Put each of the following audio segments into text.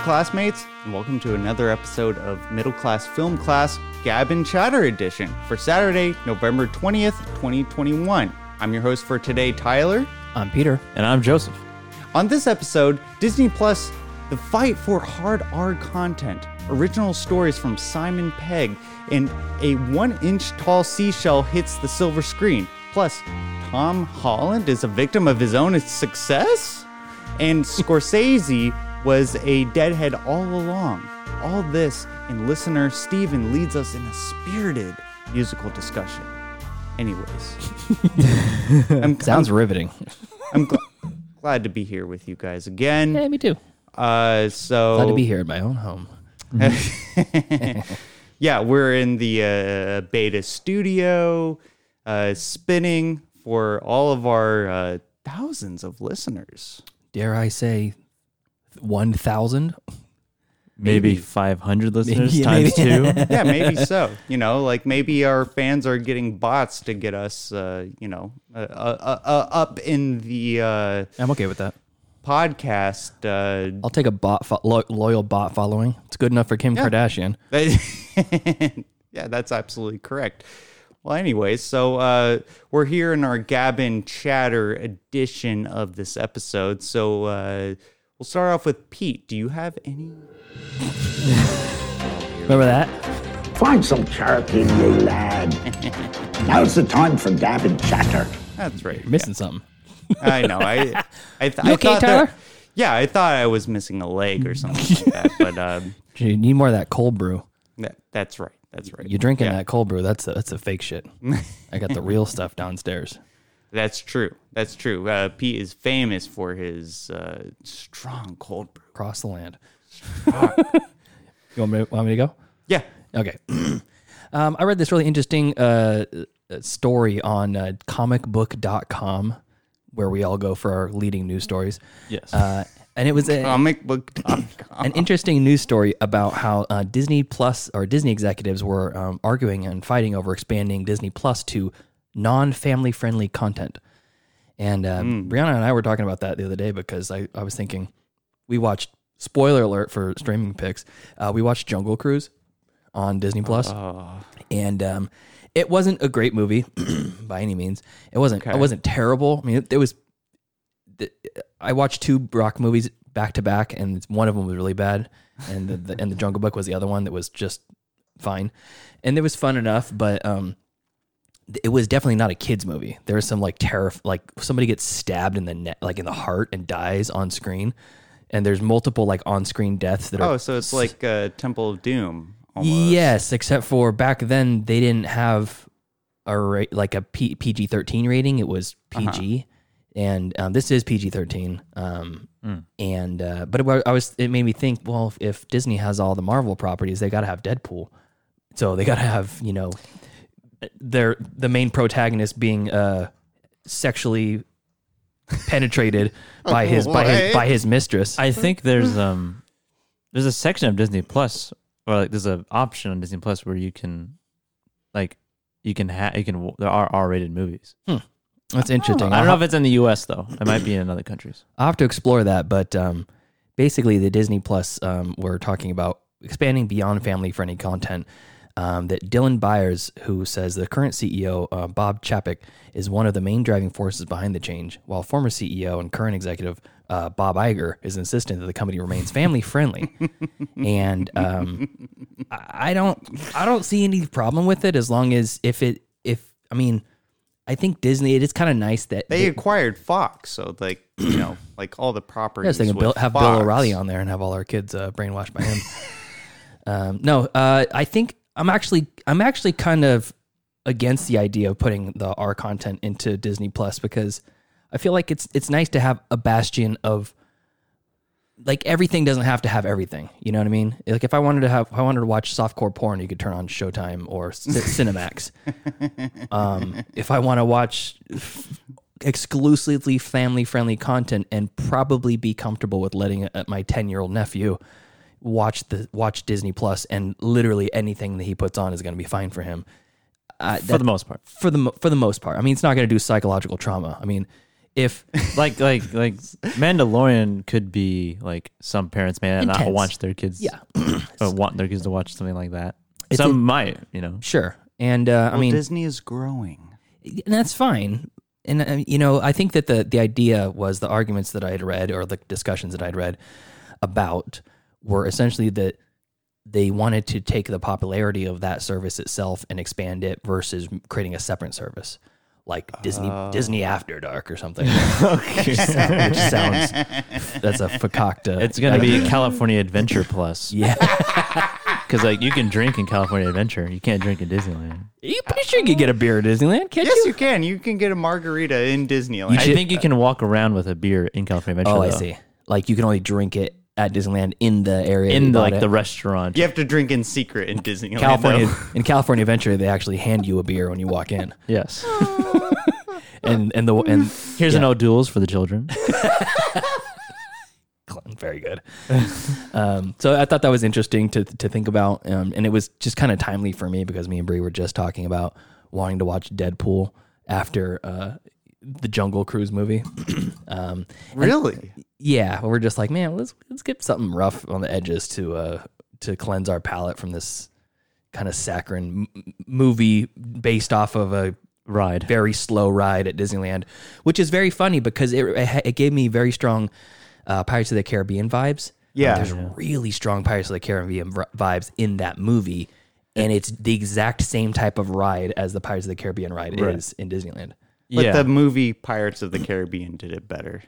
classmates, and welcome to another episode of Middle Class Film Class Gab and Chatter Edition for Saturday, November 20th, 2021. I'm your host for today, Tyler. I'm Peter. And I'm Joseph. On this episode, Disney Plus, the fight for hard R content, original stories from Simon Pegg, and a one inch tall seashell hits the silver screen. Plus, Tom Holland is a victim of his own success? And Scorsese was a deadhead all along. All this, and listener Steven leads us in a spirited musical discussion. Anyways, I'm, Sounds riveting. I'm gl- glad to be here with you guys again. me too. Uh, so Glad to be here in my own home. yeah, we're in the uh, beta studio, uh, spinning for all of our uh, thousands of listeners. Dare I say, one thousand? Maybe, 500 listeners Yeah, times two. Yeah, maybe so. You know, like maybe our fans are getting bots to get us, uh, you know, uh, uh, uh, up in the uh, I'm okay with that. podcast. Uh, I'll take a bot fo- lo- loyal bot following. It's good enough for Kim Kardashian. That- yeah, that's absolutely correct. Well, anyways, so uh, we're here in our Gabin Chatter edition of this episode. So uh, we'll start off with Pete. Do you have any? Remember that? Find some charity, you lad. Now's the time for gab and chatter. That's right. Missing something. I know. I, I, th- You I okay, thought that- Tyler? yeah, I thought I was missing a leg or something like that, but um, Gee, You need more of that cold brew. that, that's right. That's right. You're drinking that cold brew. That's the, that's the fake shit. I got the real stuff downstairs. That's true. That's true. Uh, Pete is famous for his uh, strong cold brew. Across the land. you want me, want me to go? Yeah. Okay. um, I read this really interesting uh, uh, story on uh, comicbook.com where we all go for our leading news stories. Yes. Uh, and it was a, Comic book. dot com. an interesting news story about how uh, Disney Plus or Disney executives were um, arguing and fighting over expanding Disney Plus to non family friendly content. And uh, Brianna and I were talking about that the other day because I, I was thinking we watched, spoiler alert for streaming picks, uh, we watched Jungle Cruise on Disney Plus. And um, it wasn't a great movie by any means. It wasn't, it wasn't terrible. I mean, it, it was the, I watched two Brock movies back to back, and one of them was really bad, and the, the and the Jungle Book was the other one that was just fine, and it was fun enough, but um, th- it was definitely not a kids movie. There was some like terror, like somebody gets stabbed in the neck, like in the heart, and dies on screen, and there's multiple like on screen deaths that are Oh, so it's like uh, Temple of Doom. Yes, except for back then they didn't have a ra- like a P- PG thirteen rating. It was PG, and um, this is PG thirteen. Um, And uh, but it, wa- I was it made me think. Well, if, if Disney has all the Marvel properties, they got to have Deadpool, so they got to have you know their the main protagonist being uh, sexually penetrated by his by his by his mistress. I think there's um there's a section of Disney Plus or like there's an option on Disney Plus where you can like you can ha- you can w- there are R-rated movies. That's interesting. I don't know if it's in the US though. It might be in other countries. I'll have to explore that, but um, basically, the Disney Plus um, we're talking about expanding beyond family-friendly content. Um, that Dylan Byers, who says the current CEO uh, Bob Chapek is one of the main driving forces behind the change, while former CEO and current executive uh, Bob Iger is insistent that the company remains family-friendly. and um, I I don't, I don't see any problem with it as long as if it, if I mean, I think Disney. It is kind of nice that They acquired Fox, so like you know, like all the properties. I was thinking with Bill, have Fox. Bill O'Reilly on there and have all our kids uh, brainwashed by him. um, no, uh, I think I'm actually I'm actually kind of against the idea of putting the R content into Disney Plus because I feel like it's it's nice to have a bastion of like everything doesn't have to have everything. You know what I mean? Like if I wanted to have if I wanted to watch softcore porn, you could turn on Showtime or C- Cinemax. um, if I want to watch exclusively family friendly content and probably be comfortable with letting uh, my 10 year old nephew watch the watch Disney Plus and literally anything that he puts on is going to be fine for him for the most part. for the mo- for the most part. I mean, it's not going to do psychological trauma. I mean, if like like like Mandalorian could be like some parents may not Intense. watch their kids. Yeah. or want their kids to watch something like that. It's some a- might, you know. sure, and uh, I Well, mean Disney is growing. and that's fine. And uh, you know, I think that the the idea was the arguments that I had read or the discussions that I'd read about were essentially that they wanted to take the popularity of that service itself and expand it versus creating a separate service like Disney Oh. Disney After Dark or something. which sounds that's a fakakta. It's gonna be California Adventure Plus yeah. because like you can drink in California Adventure, you can't drink in Disneyland. You pretty sure you could get a beer at Disneyland, can't Yes, you? you can. You can get a margarita in Disneyland. I think you can walk around with a beer in California Adventure. Oh, I though. see. Like you can only drink it at Disneyland in the area that you In the, bought like it. the restaurant. you have to drink in secret in Disneyland. California though. in California Adventure, they actually hand you a beer when you walk in, Yes. and and the and Here's an O'Doul's for the children. very good. um, so I thought that was interesting to to think about, um, and it was just kind of timely for me because me and Bree were just talking about wanting to watch Deadpool after uh, the Jungle Cruise movie. um, Really? yeah, we we're just like, man, let's let's get something rough on the edges to uh to cleanse our palate from this kind of saccharine m- movie based off of a Ride. very slow ride at Disneyland, which is very funny because it it, it gave me very strong uh, Pirates of the Caribbean vibes. Yeah. there's really strong Pirates of the Caribbean v- vibes in that movie, and it's the exact same type of ride as the Pirates of the Caribbean ride is in Disneyland, But yeah. the movie Pirates of the Caribbean did it better.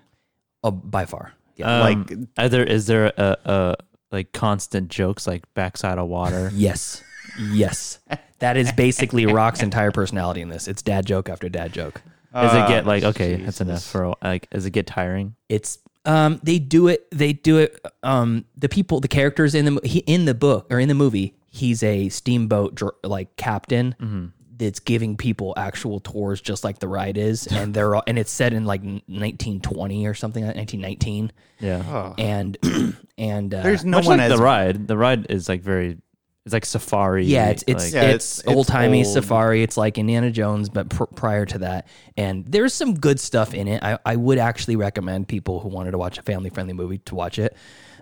oh, by far. Yeah. Um, like- are there is there a, a like constant jokes like backside of water? yes, yes, that is basically Rock's entire personality in this. It's dad joke after dad joke. Does it Ah, get like okay, that's enough for a, like? Does it get tiring? it's um they do it they do it um the people the characters in the mo- he, in the book or in the movie he's a steamboat dr- like captain that's giving people actual tours just like the ride is and they're all, and it's set in like 1920 or something like 1919 Yeah. Oh. and and uh, There's no Much one like has the ride. The ride is like very. It's like safari. yeah it's it's like- Yeah, it's- it's, it's old timey old. safari it's like Indiana Jones but pr- prior to that and there's some good stuff in it I, I would actually recommend people who wanted to watch a family friendly movie to watch it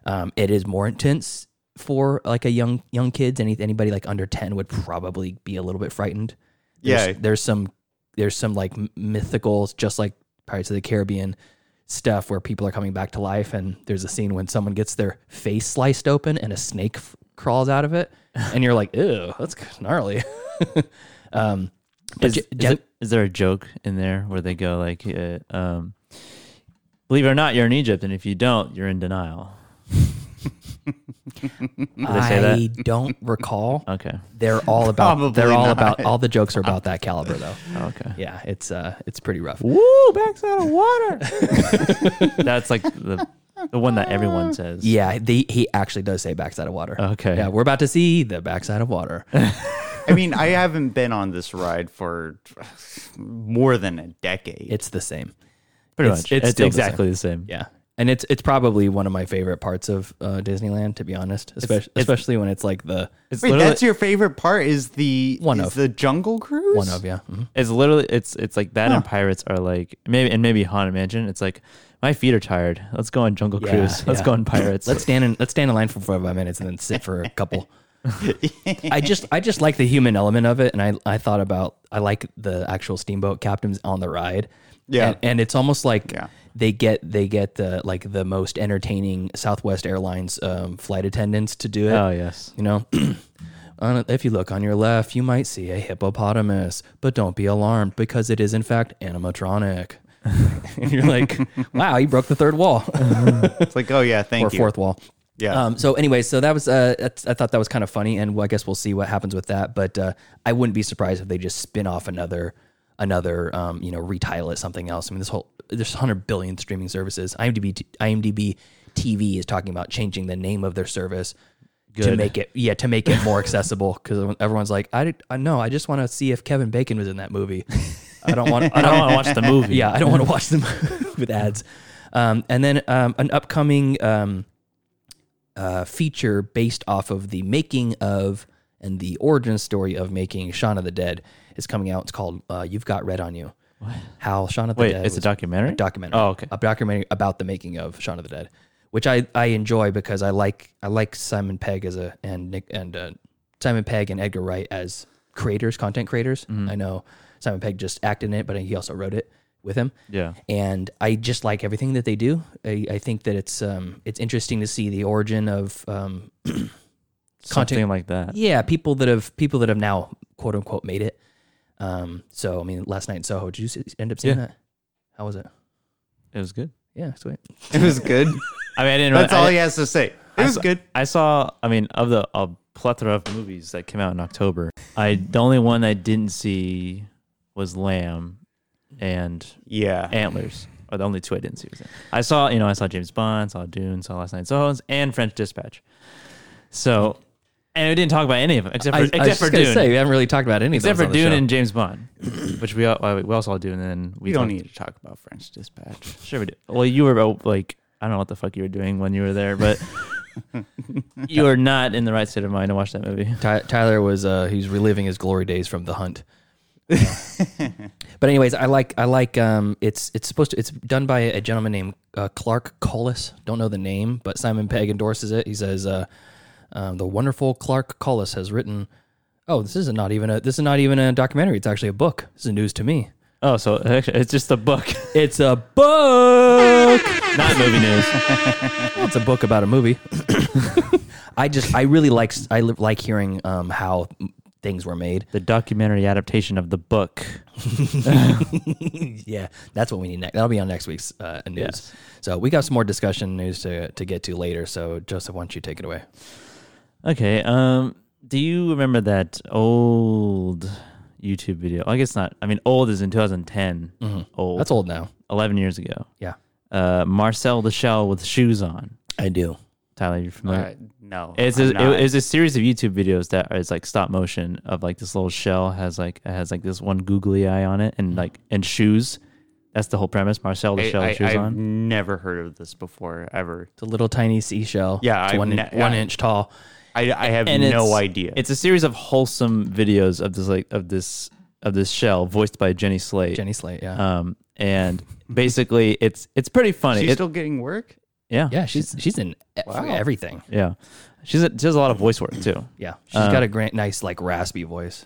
um, it is more intense for like a young young kids any, anybody like under 10 would probably be a little bit frightened there's, Yeah. there's some there's some like mythicals just like Pirates of the Caribbean stuff where people are coming back to life and there's a scene when someone gets their face sliced open and a snake f- crawls out of it and you're like ew that's gnarly um but Is, j- is gen- it- is there a joke in there where they go like, uh, um, "Believe it or not, you're in Egypt, and if you don't, you're in denial." they say that? I don't recall Okay. they're all about Probably they're all not. about all the jokes are about that caliber though Oh, okay. yeah it's uh it's pretty rough Woo! Backs out of water. That's like the the one that everyone says. yeah they, he actually does say backside of water Okay. yeah we're about to see the backside of water I mean, I haven't been on this ride for more than a decade. it's the same pretty it's- much. it's It's, still the same. exactly the same. Yeah, and it's it's probably one of my favorite parts of uh, Disneyland, to be honest. Especially especially when it's like the It's Wait, literally, that's your favorite part is the One is of. the Jungle Cruise? one of yeah. Mhm. it's literally it's it's like that and pirates are like maybe and maybe Haunted Mansion. It's like my feet are tired. Let's go on Jungle Yeah, Cruise. Let's yeah. go on pirates. Let's stand in let's stand in line for forty five minutes and then sit for a couple. I just I just like the human element of it, and I I thought about I like the actual steamboat captains on the ride. Yeah. and, and it's almost like Yeah. they get they get the like the most entertaining Southwest Airlines um, flight attendants to do it. Oh yes. You know, on, if you look on your left, you might see a hippopotamus, but don't be alarmed because it is, in fact, animatronic. and you're like, wow, you broke the third wall It's like, oh yeah, thank or you. fourth wall. Yeah. Um, so, anyway, so that was, uh, that's- I thought that was kind of funny, and well, I guess we'll see what happens with that. But uh, I wouldn't be surprised if they just spin off another, another, um, you know, retitle it something else. I mean, this whole, there's 100 billion streaming services. IMDb, t- IMDb TV is talking about changing the name of their service to Good. make it yeah to make it more accessible because everyone's like I did, I know I just want to see if Kevin Bacon was in that movie. I don't want I I don't don't want to watch the movie. yeah I don't want to watch them with ads. Um, and then um, an upcoming um, uh, feature based off of the making of and the origin story of making Shaun of the Dead is coming out. It's called uh, You've Got Red on You, how Shaun of the Wait, Dead. it's a was- documentary. documentary. Oh, okay. A documentary about the making of Shaun of the Dead, which I, I enjoy because I like I like Simon Pegg as a and Nick and uh, Simon Pegg and Edgar Wright as creators, content creators. Mm-hmm. I know Simon Pegg just acted in it, but he also wrote it with him. Yeah. And I just like everything that they do. I, I think that it's um it's interesting to see the origin of um Something like that. yeah people that have people that have now quote unquote made it. Um, so I mean, last night in Soho, did you see, end up seeing Yeah. that? How was it? It was good. Yeah, sweet. It was good. I mean, I didn't. That's I, all he has to say. It was saw- good. I saw. I mean, of the a plethora of movies that came out in October, I the only one I didn't see was Lamb and Yeah. Antlers. Are the only two I didn't see. Was Ant- I saw, you know, I saw James Bond, saw Dune, saw Last Night in Soho, and French Dispatch. So, and we didn't talk about any of them except for I, I was except for just gonna Dune, say we haven't really talked about any except of those for on the Dune show. and James Bond, which we all well, we all saw Dune, and then we We don't talked- need to talk about French Dispatch. Sure, we do. Well, you were oh, like, I don't know what the fuck you were doing when you were there, but you were not in the right state of mind to watch that movie. Ty- Tyler was uh, he's reliving his glory days from The Hunt. but anyways, I like I like um, it's it's supposed to it's done by a gentleman named uh, Clark Collis. Don't know the name, but Simon Pegg endorses it. He says uh, um, the wonderful Clark Collis has written. Oh, this is not even a this is not even a documentary. It's actually a book. This is news to me. Oh, so actually, it's just the book, It's a book. not movie news. Well, it's a book about a movie. I just, I really like, I li- like hearing um, how things were made. the documentary adaptation of the book. yeah, that's what we need next. That'll be on next week's uh, news. Yes. So we got some more discussion news to to get to later. So Joseph, why don't you take it away? Okay. Um, do you remember that old YouTube video? I guess not. I mean, old is in 2010. Mm-hmm. Old. That's old now. 11 years ago. Yeah, Uh, Marcel the Shell with shoes on. I do. Tyler, you're familiar? Uh, no. It's I'm a, not. it, it's a series of YouTube videos that is like stop motion of like this little shell has like it has like this one googly eye on it Hmm. and like and shoes. That's the whole premise. Marcel the shell with shoes have on. never heard of this before, ever. It's a little tiny seashell. Yeah, it's I've one, in- ne- one I- inch tall. I, I have And no it's- idea. It's a series of wholesome videos of this like of this of this shell voiced by Jenny Slate. Jenny Slate. Yeah, Um, and basically it's it's pretty funny. She's It- still getting work? yeah, yeah. She's she's in e- everything. yeah. She's a, she has a lot of voice work too. Yeah, she's got a great, nice, like raspy voice.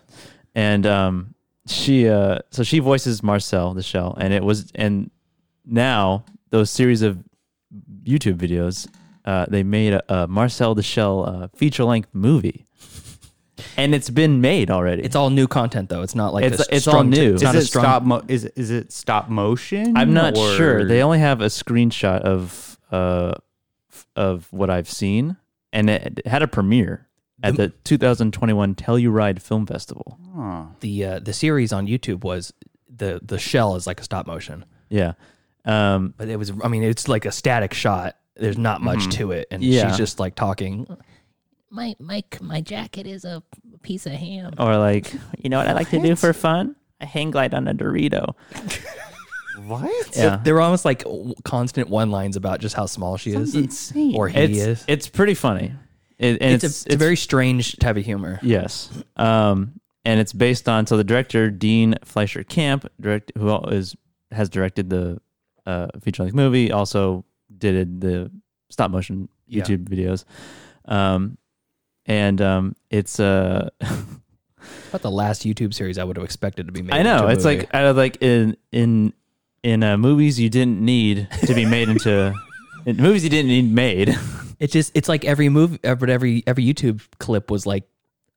and um, she uh, so she voices Marcel the shell, and it was and now those series of YouTube videos, uh, they made a, a Marcel the shell uh, feature length movie, and it's been made already. It's all new content though. It's not like It's- this it's all strung to- new. it's Is not is a it strong stop mo- is, it- is it stop motion? I'm not or- sure. They only have a screenshot of uh f- of what I've seen, and it had a premiere at the 2021 Telluride Film Festival. the uh, the series on YouTube was the the shell is like a stop motion, Yeah. Um, but it was I mean it's like a static shot. There's not much to it, and Yeah. she's just like talking. my my my jacket is a piece of ham. or like, you know what I like to do for fun? I hang glide on a Dorito. What? Yeah. They were almost like w- constant one lines about just how small she is, insane. or he It's is. it's pretty funny. It, and It's, it's, a, it's a very strange type of humor. yes. Um, and it's based on so the director Dean Fleischer Camp direct who al- is has directed the uh, feature length movie also did the stop motion Yeah. YouTube videos. Um, and um, it's uh About the last YouTube series I would have expected to be made. I into know. a It's movie. like out of like in in in uh, movies you didn't need to be made into in movies you didn't need made. it's just it's like every movie, every every every YouTube clip was like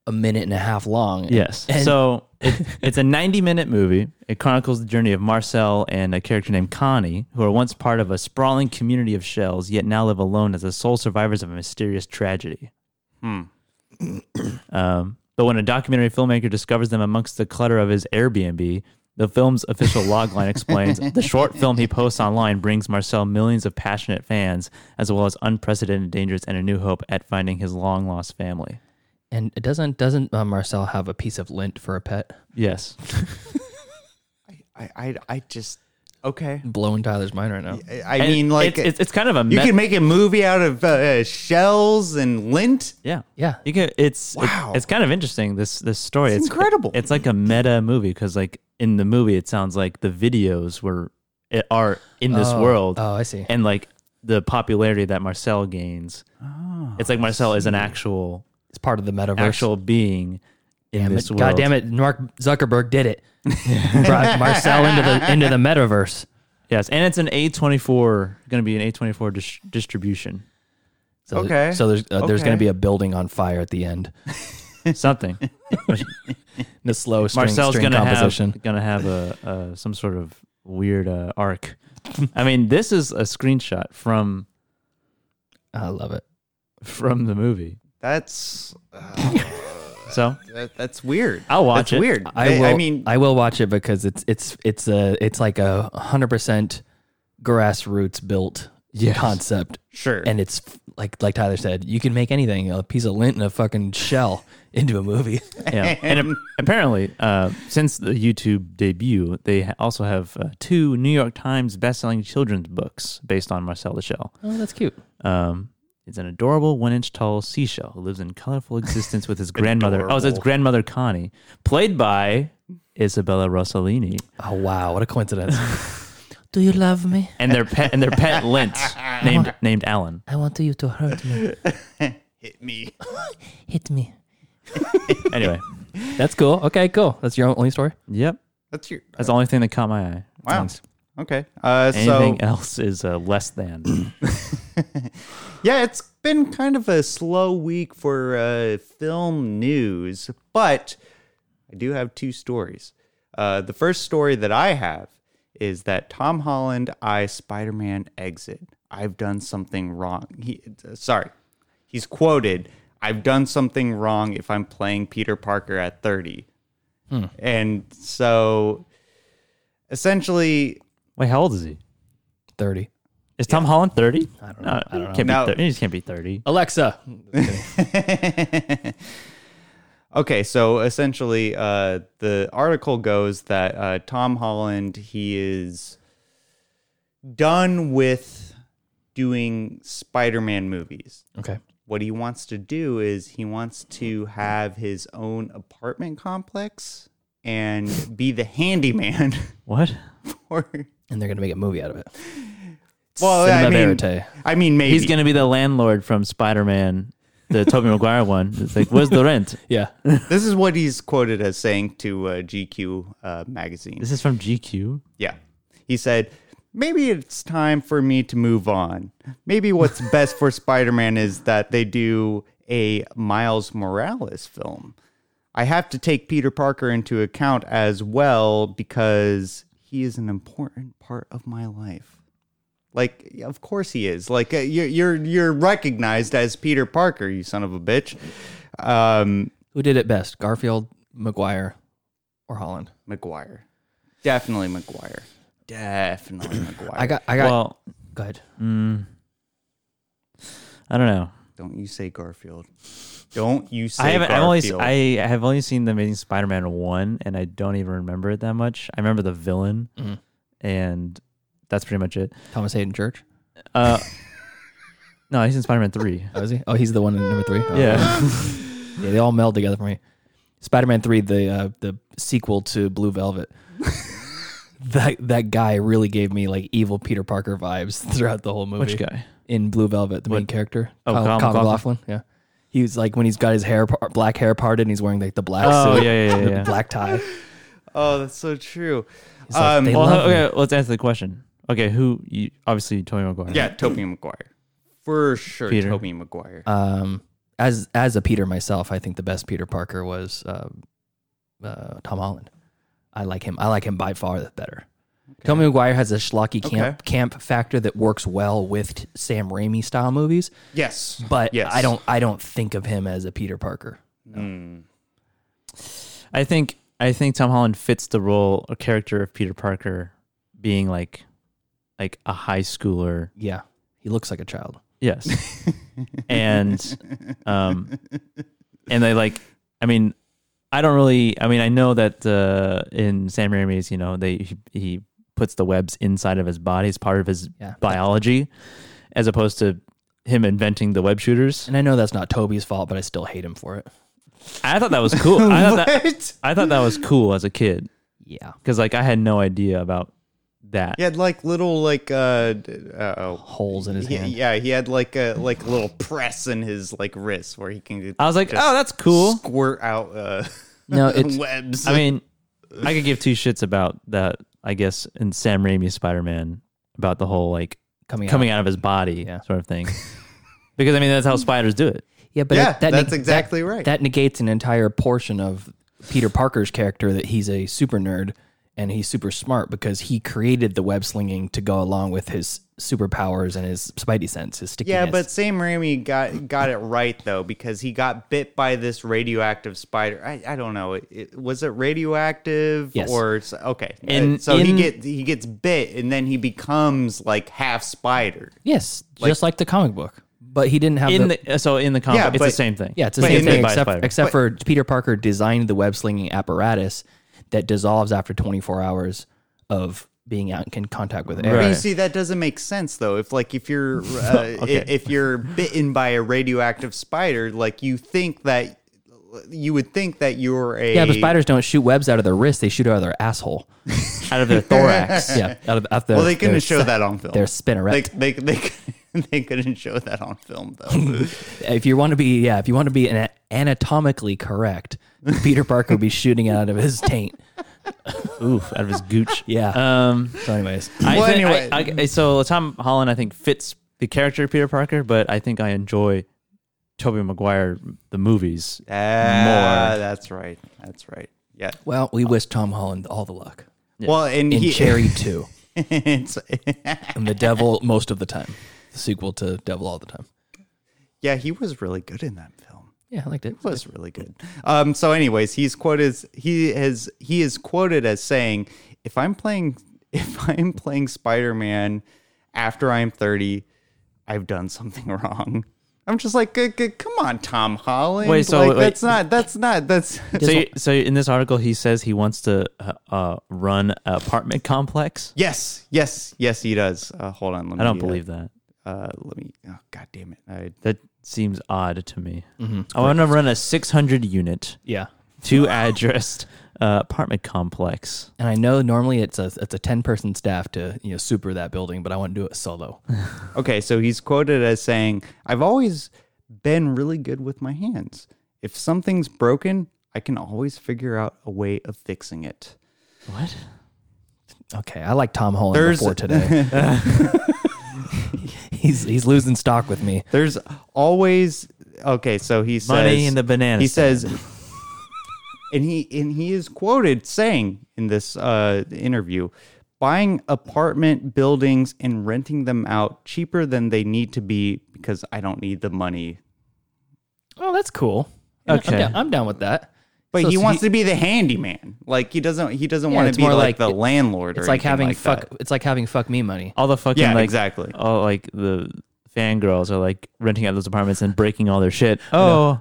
a minute and a half long. Yes. And- so it, it's a 90 minute movie. It chronicles the journey of Marcel and a character named Connie, who are once part of a sprawling community of shells, yet now live alone as the sole survivors of a mysterious tragedy. Um, but when a documentary filmmaker discovers them amongst the clutter of his Airbnb, the film's official logline explains the short film he posts online brings Marcel millions of passionate fans, as well as unprecedented dangers and a new hope at finding his long lost family. and it doesn't doesn't uh, Marcel have a piece of lint for a pet? Yes. I, I, I just Okay. blowing Tyler's mind right now. I And mean, like, it's, it's, it's kind of a you me- can make a movie out of uh, uh, shells and lint. yeah Yeah. you can it's it- Wow. it's kind of interesting this this story It's incredible. it's like a meta movie because like in the movie it sounds like the videos were it are in this Oh, world Oh, I see. and like the popularity that Marcel gains Ah, it's like Marcel is an actual It's part of the metaverse. actual being in Damn this it. world God damn it, Mark Zuckerberg did it. Brought Marcel into the into the metaverse. yes and it's an A24 going to be an A24 dis- distribution So th- Okay. so there's uh, there's going Okay. to be a building on fire at the end. something The slow string, Marcel's string gonna composition. have gonna have a, a some sort of weird uh, arc. I mean, this is a screenshot from I love it. from the movie, That's uh, so that, that's weird. I'll watch that's it. Weird. I They- will. I mean, I will watch it because it's it's it's a it's like a hundred percent grassroots built concept, sure. and it's f- like like Tyler said, you can make anything a piece of lint and a fucking shell into a movie. yeah. And ap- apparently, uh, since the YouTube debut, they ha- also have uh, two New York Times best-selling children's books based on Marcel the Shell. oh, that's cute. Um, it's an adorable one-inch tall seashell who lives in colorful existence with his grandmother. Oh, it's his grandmother Connie, played by Isabella Rossellini. Oh wow, what a coincidence. Do you love me? and their pet and their pet lint named named Alan. I want you to hurt me. hit me. Hit me. Anyway, That's cool. Okay, cool. That's your only story. yep, That's your that's the only thing that caught my eye. wow. Okay. Uh, so Anything else is uh, less than. yeah, it's been kind of a slow week for uh, film news, but I do have two stories. Uh, the first story that I have is that Tom Holland I Spider Man exit. I've done something wrong. He, uh, sorry, he's quoted. I've done something wrong if I'm playing Peter Parker at 30. And so essentially, Wait, how old is he? Thirty. Is Tom Holland thirty? I don't know. Can't No. Be thir- he just can't be thirty. Alexa. Okay, so essentially, uh, the article goes that uh, Tom Holland he is done with doing Spider-Man movies. Okay. What he wants to do is he wants to have his own apartment complex and be the handyman What? for. And they're gonna make a movie out of it. Well, I Cinema mean, verite. I mean, maybe He's gonna be the landlord from Spider Man, the Tobey Maguire one. It's like, where's the rent? Yeah. This is what he's quoted as saying to uh, GQ uh, magazine. This is from GQ. Yeah. He said, Maybe it's time for me to move on. Maybe what's best for Spider Man is that they do a Miles Morales film. I have to take Peter Parker into account as well because he is an important part of my life. Like, of course he is. Like, uh, you're you're, you're recognized as Peter Parker, you son of a bitch. Um, Who did it best? Garfield, McGuire, or Holland? McGuire, definitely McGuire, definitely McGuire. I got I got Well, go ahead. I don't know. Don't you say Garfield. Don't you say I haven't. I've only. s- Garfield. I I have only seen the Amazing Spider-Man one, and I don't even remember it that much. I remember the villain, and that's pretty much it. Thomas Hayden Church. Uh, no, he's in Spider-Man three. Oh, is he? Oh, he's the one in number three. Oh, Yeah, yeah, they all meld together for me. Spider-Man three, the uh, the sequel to Blue Velvet. that that guy really gave me like evil Peter Parker vibes throughout the whole movie. which guy? in Blue Velvet, the main character? Oh, Kyle- Kyle Kyle MacLachlan? MacLachlan, Yeah, he was like when he's got his hair par- black hair parted and he's wearing like the black Oh suit, yeah, yeah, yeah. the yeah. black tie. oh, that's so true. like Um, they- Well, Love okay. Let's answer the question. Okay, who? You, obviously, Tony Maguire. yeah, Tobey Maguire. For sure, Peter. Uh, Tobey Maguire. Um, as as a Peter myself, I think the best Peter Parker was uh, uh, Tom Holland. I like him. I like him by far the better. Tommy McGuire has a schlocky camp camp factor that works well with t- Sam Raimi style movies, yes. but Yes. I don't I don't think of him as a Peter Parker. I think I think Tom Holland fits the role, a character of Peter Parker, being like, like a high schooler. Yeah, he looks like a child. Yes. and um and they like I mean I don't really I mean I know that uh in Sam Raimi's you know they he, he puts the webs inside of his body as part of his Yeah. biology, as opposed to him inventing the web shooters. And I know that's not Toby's fault, but I still hate him for it. I thought that was cool. I thought that What? I thought that was cool as a kid Yeah. because like I had no idea about that. He had like little like uh d- uh oh. Holes in his He, hand. yeah, he had like a like a little press in his like wrist where he can I was like, just oh, that's cool. squirt out uh No, it's webs. I mean, I could give two shits about that. I guess in Sam Raimi's Spider Man about the whole like coming out. coming out of his body Yeah. sort of thing. because I mean, that's how spiders do it. Yeah, but Yeah, it- that that's neg- exactly that- right. That negates an entire portion of Peter Parker's character that he's a super nerd and he's super smart because he created the web slinging to go along with his superpowers and his spidey sense, his stickiness. Yeah, but Sam Raimi got got it right though because he got bit by this radioactive spider. I, I don't know. It, it- was it radioactive Yes. or s- okay? Uh, In- so he in- get he gets bit and then he becomes like half spider. yes, just like the comic book. But he didn't have In the, the, so in the comic, Yeah, it's the but- same thing. yeah, it's the but same in the- thing by a except spider. except for Peter Parker designed the web slinging apparatus that dissolves after 24 hours of being out in contact with air. But you Right. see, that doesn't make sense though. If like if you're uh, i- if you're bitten by a radioactive spider, like you think that you would think that you're a Yeah, but spiders don't shoot webs out of their wrist; they shoot out of their asshole. out of their thorax. yeah, out of, out of their, Well, they couldn't their show sa- that on film. Their spinneret. They they they, couldn't- they couldn't show that on film though. if you want to be yeah if you want to be an anatomically correct peter parker would be shooting out of his taint Oof, out of his gooch. yeah Um, so anyways I Well, think- anyway. I- I- so Tom Holland, I think, fits the character of Peter Parker, but I think I enjoy Tobey Maguire the movies. Ah, that's right. That's right. Yeah. well we wish tom holland all the luck Well, and in he, cherry 2 it's, and the devil most of the time the sequel to devil all the time yeah, he was really good in that film. yeah i liked it It was really good. Um, so, anyways, he's quoted. As, he has he is quoted as saying, "If I'm playing, if I'm playing Spider Man after I'm 30, I've done something wrong." I'm just like, "C- c- come on, Tom Holland. Wait, so like, wait. that's not that's not that's So, you- so in this article, he says he wants to uh, uh, run an apartment complex. yes, yes, yes. He does. Uh, hold on, let me. I don't believe that. Uh, let me. Oh, God damn it! I That seems odd to me. I want to run a 600 unit, yeah two addressed uh, apartment complex. and i know normally it's a it's a 10 person staff to you know super that building but i want to do it solo Okay, so he's quoted as saying, I've always been really good with my hands. If something's broken, I can always figure out a way of fixing it. What? okay i like tom holland There's- before today he's he's losing stock with me There's always okay, so he says Money in the banana He stand. says and he and he is quoted saying in this uh, interview buying apartment buildings and renting them out cheaper than they need to be because I don't need the money. Oh, that's cool. Yeah, Okay. I'm down, I'm down with that. But So he it's- wants to be the handyman. Like he doesn't he doesn't Yeah, want it's to be more like, the like- landlord. or It's like anything having that. fuck. It's like having fuck me money. All the fucking Yeah, like exactly. All like the fangirls are like renting out those apartments and breaking all their shit. Oh,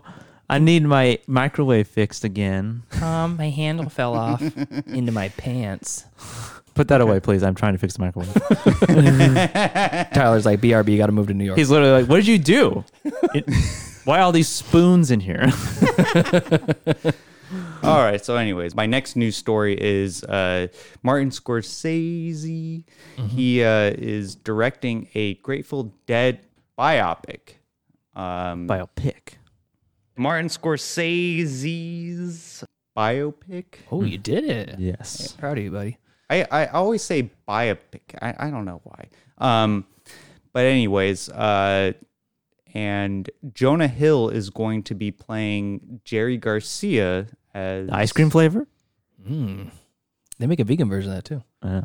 I need my microwave fixed again. Tom, Um, my handle fell off into my pants. Put that away, please. I'm trying to fix the microwave. Tyler's like, "BRB, you got to move to New York." He's literally like, "What did you do? It- why all these spoons in here?" All right. So, anyways, my next news story is uh, Martin Scorsese. Mm-hmm. He uh, is directing a Grateful Dead biopic. Um, Biopic. Martin Scorsese's biopic. oh, you did it. Yes. Proud of you, buddy. I, I always say biopic. I, I don't know why. Um, but anyways, uh, and Jonah Hill is going to be playing Jerry Garcia as Ice cream flavor. They make a vegan version of that too. Uh,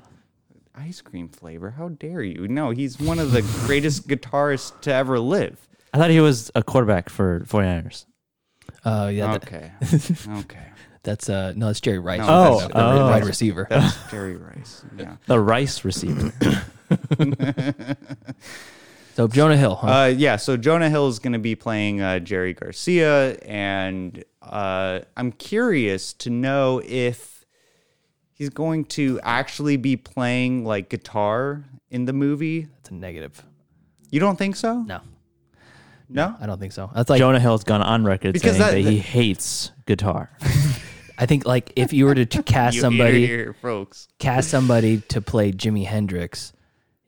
ice cream flavor. How dare you? No, he's one of the greatest guitarists to ever live. I thought he was a quarterback for 49ers. Oh yeah, that- Okay. okay. that's uh no, that's Jerry Rice. No, That's that's- the oh. wide receiver. That's Jerry Rice. Yeah. The rice receiver. So Jonah Hill. Huh? Uh, yeah, so Jonah Hill is going to be playing uh, Jerry Garcia, and uh, I'm curious to know if he's going to actually be playing like guitar in the movie. That's a negative. You don't think so? No, No? I don't think so. That's like Jonah Hill's gone on record Because that- saying that, he hates guitar. I think like if you were to t- cast You somebody, hear, hear, folks. cast somebody to play Jimi Hendrix,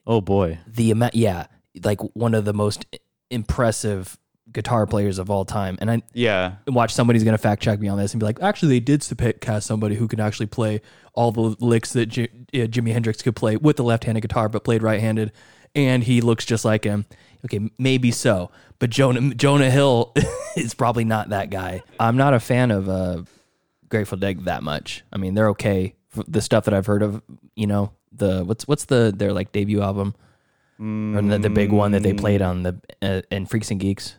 oh boy, the amount, yeah, like one of the most i- impressive guitar players of all time. And I Yeah. watch somebody's gonna fact check me on this and be like, actually, they did sp- cast somebody who can actually play all the licks that J- uh, Jimi Hendrix could play with the left-handed guitar, but played right-handed, and he looks just like him. Okay, m- maybe so, but Jonah Jonah Hill is probably not that guy. I'm not a fan of uh, Grateful Dead that much. I mean, they're okay. F- The stuff that I've heard of, you know, the what's what's the their like debut album, or the, the big one that they played on the uh, and Freaks and Geeks,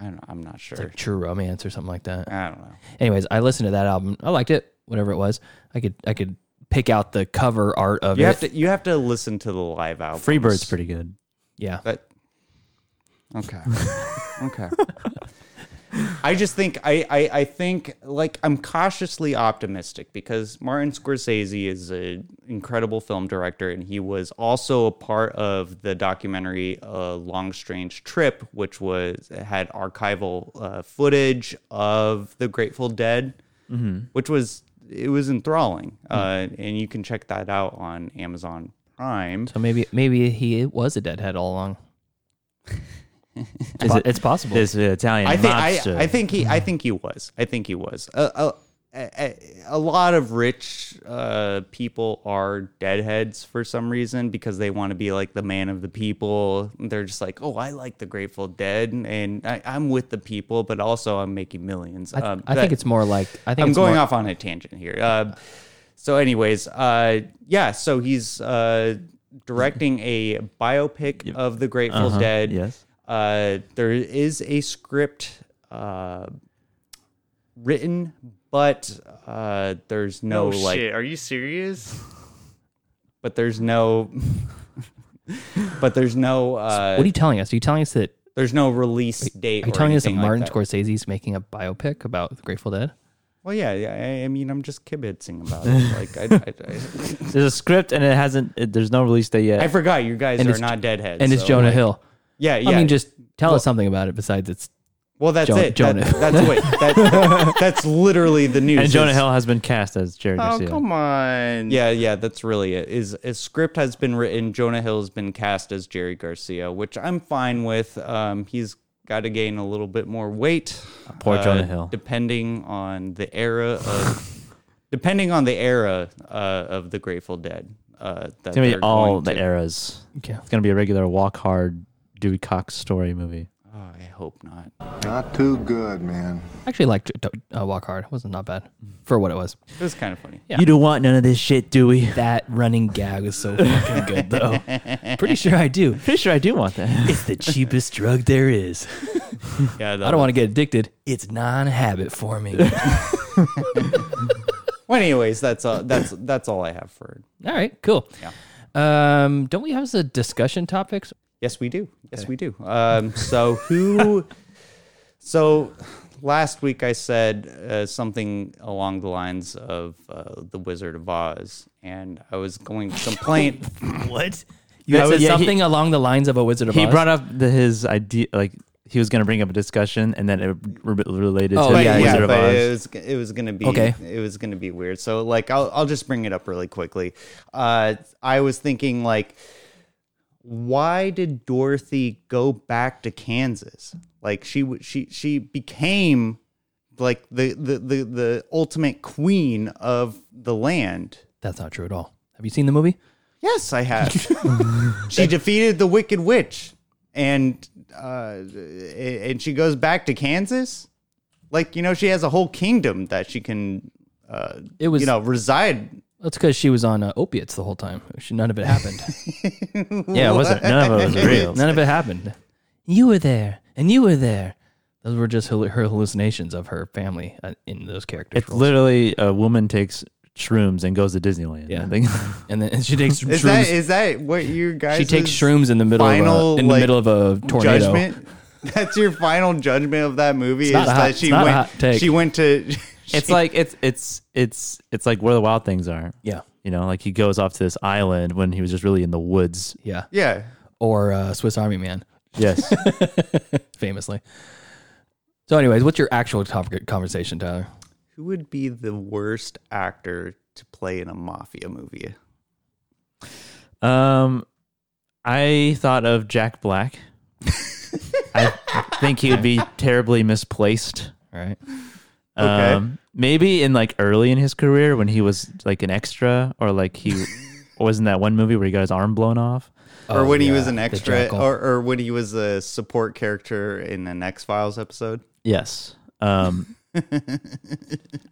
I don't, I'm not sure. True Romance or something like that. I don't know. Anyways, I listened to that album. I liked it, whatever it was. I could I could pick out the cover art of You it. have to you have to listen to the live album. Freebird's pretty good. yeah. But okay, okay. I just think I, I I think like I'm cautiously optimistic because Martin Scorsese is an incredible film director and he was also a part of the documentary uh, Long Strange Trip, which was had archival uh, footage of the Grateful Dead, which was it was enthralling, uh, and you can check that out on Amazon Prime. So maybe maybe he was a deadhead all along. Is it, it's possible. This uh, Italian I think mobster. I, I think he I think he was I think he was a a, a, a lot of rich uh, people are deadheads for some reason because they want to be like the man of the people. They're just like, oh, I like the Grateful Dead and I, I'm with the people, but also I'm making millions. I, Um, I that- think it's more like I think I'm it's going more- off on a tangent here. Uh, so, anyways, uh, yeah. So he's uh, directing a biopic of the Grateful Uh-huh, Dead. yes. Uh, there is a script uh, written, but uh, there's no like. Are you serious? But there's no. but there's no. Uh, What are you telling us? Are you telling us that there's no release date. are you or telling us that anything like Martin that. Scorsese's making a biopic about the Grateful Dead? Well, yeah, yeah. I, I mean, I'm just kibitzing about it. Like, I, I, I, There's a script and it hasn't. It, there's no release date yet. I forgot you guys And are it's- not deadheads. And it's so, Jonah like, Hill. Yeah, yeah. I mean, just tell us something about it besides it's well, that's Jon- it. Jonah. That, that's wait. That, that's literally the news. and Jonah is- Hill has been cast as Jerry Oh, Garcia. come on. Yeah, yeah. That's really it. Is a script has been written. Jonah Hill has been cast as Jerry Garcia, which I'm fine with. Um, he's got to gain a little bit more weight. uh, Poor Jonah Hill. Depending on the era of, depending on the era uh, of the Grateful Dead. Uh, that It's gonna be they're all going the to- eras. Okay. It's gonna be a regular walk hard Dewey Cox story movie. Oh, I hope not. Not too good, man. I actually liked uh, Walk Hard. It wasn't not bad for what it was. It was kind of funny. Yeah. You don't want none of this shit, Dewey. That running gag was so fucking good though. Pretty sure I do. Pretty sure I do want that. It's the cheapest drug there is. Yeah, I don't want to get addicted. It's non-habit for me. Well, anyways, that's all. That's that's all I have for. All right, cool. Yeah. Um, don't we have the discussion topics? Yes, we do. Yes, we do. Um, so who? so last week I said uh, something along the lines of uh, the Wizard of Oz, and I was going to complain. What? You That's said it, yeah, he- something along the lines of a Wizard of he Oz. brought up the, his idea, like he was gonna bring up a discussion, and then it re- related Oh, to yeah, the Wizard of but Oz. it was it was gonna be Okay. it was gonna be weird. So like I'll I'll just bring it up really quickly. Uh, I was thinking like, why did Dorothy go back to Kansas? Like she w- she she became like the the the, the ultimate queen of the land. That's not true at all. Have you seen the movie? Yes, I have. she defeated the Wicked Witch, and uh, and she goes back to Kansas. Like you know, she has a whole kingdom that she can, uh, It was. you know, reside. that's because she was on uh, opiates the whole time. She, none of it happened. yeah, it wasn't. None of it was real. none of it happened. You were there, and you were there. Those were just hallu- her hallucinations of her family uh, in those characters. It's literally a woman takes shrooms and goes to Disneyland. Yeah. I think. and then and she Is takes shrooms. that is that what you guys? she takes shrooms in the middle final, of a, in the like, middle of a tornado. Judgment. That's your final judgment of that movie not is a hot- that it's she not a went hot take. she went to it's like it's it's it's it's like where the wild things are. Yeah. You know, like he goes off to this island when he was just really in the woods. Yeah. yeah. Or uh, Swiss Army Man, Yes. famously. So, anyways, what's your actual topic conversation, Tyler? Who would be the worst actor to play in a mafia movie? um, I thought of Jack Black. I think he would be terribly misplaced. All right. Okay. Um, maybe in like early in his career when he was like an extra or like he was in that one movie where he got his arm blown off. or Oh, when he was yeah, an the extra, Jackal. or, or when he was a support character in an X Files episode? Yes. Um,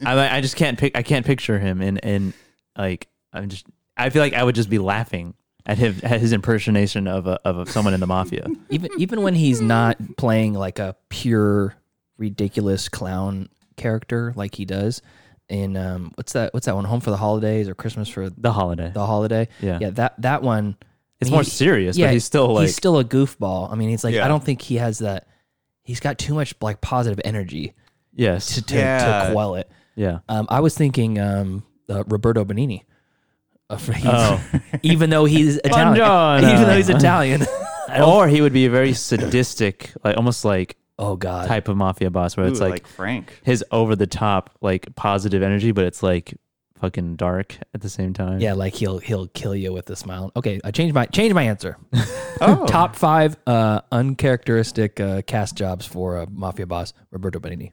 I I just can't pick. I can't picture him and and like I'm just. I feel like I would just be laughing at him at his impersonation of a, of a, someone in the mafia. even even when he's not playing like a pure ridiculous clown character like he does in um what's that what's that one home for the holidays or christmas for the The holiday. holiday Yeah. yeah that that one It's he- more serious, but he's still like he's still a goofball i mean it's like Yeah. i don't think he has that he's got too much like positive energy yes, to to, Yeah. to quell it yeah. um i was thinking um uh, roberto benini Uh, he's- Oh. even though he's italian Buongiorno. even though he's italian Or he would be a very sadistic, like almost like oh god type of mafia boss where it's Ooh, like, like Frank. his over the top like positive energy, but it's like fucking dark at the same time. Yeah, like he'll he'll kill you with a smile. Okay, I changed my change my answer. Oh, Top five uh, uncharacteristic uh, cast jobs for uh, mafia boss Roberto Benigni.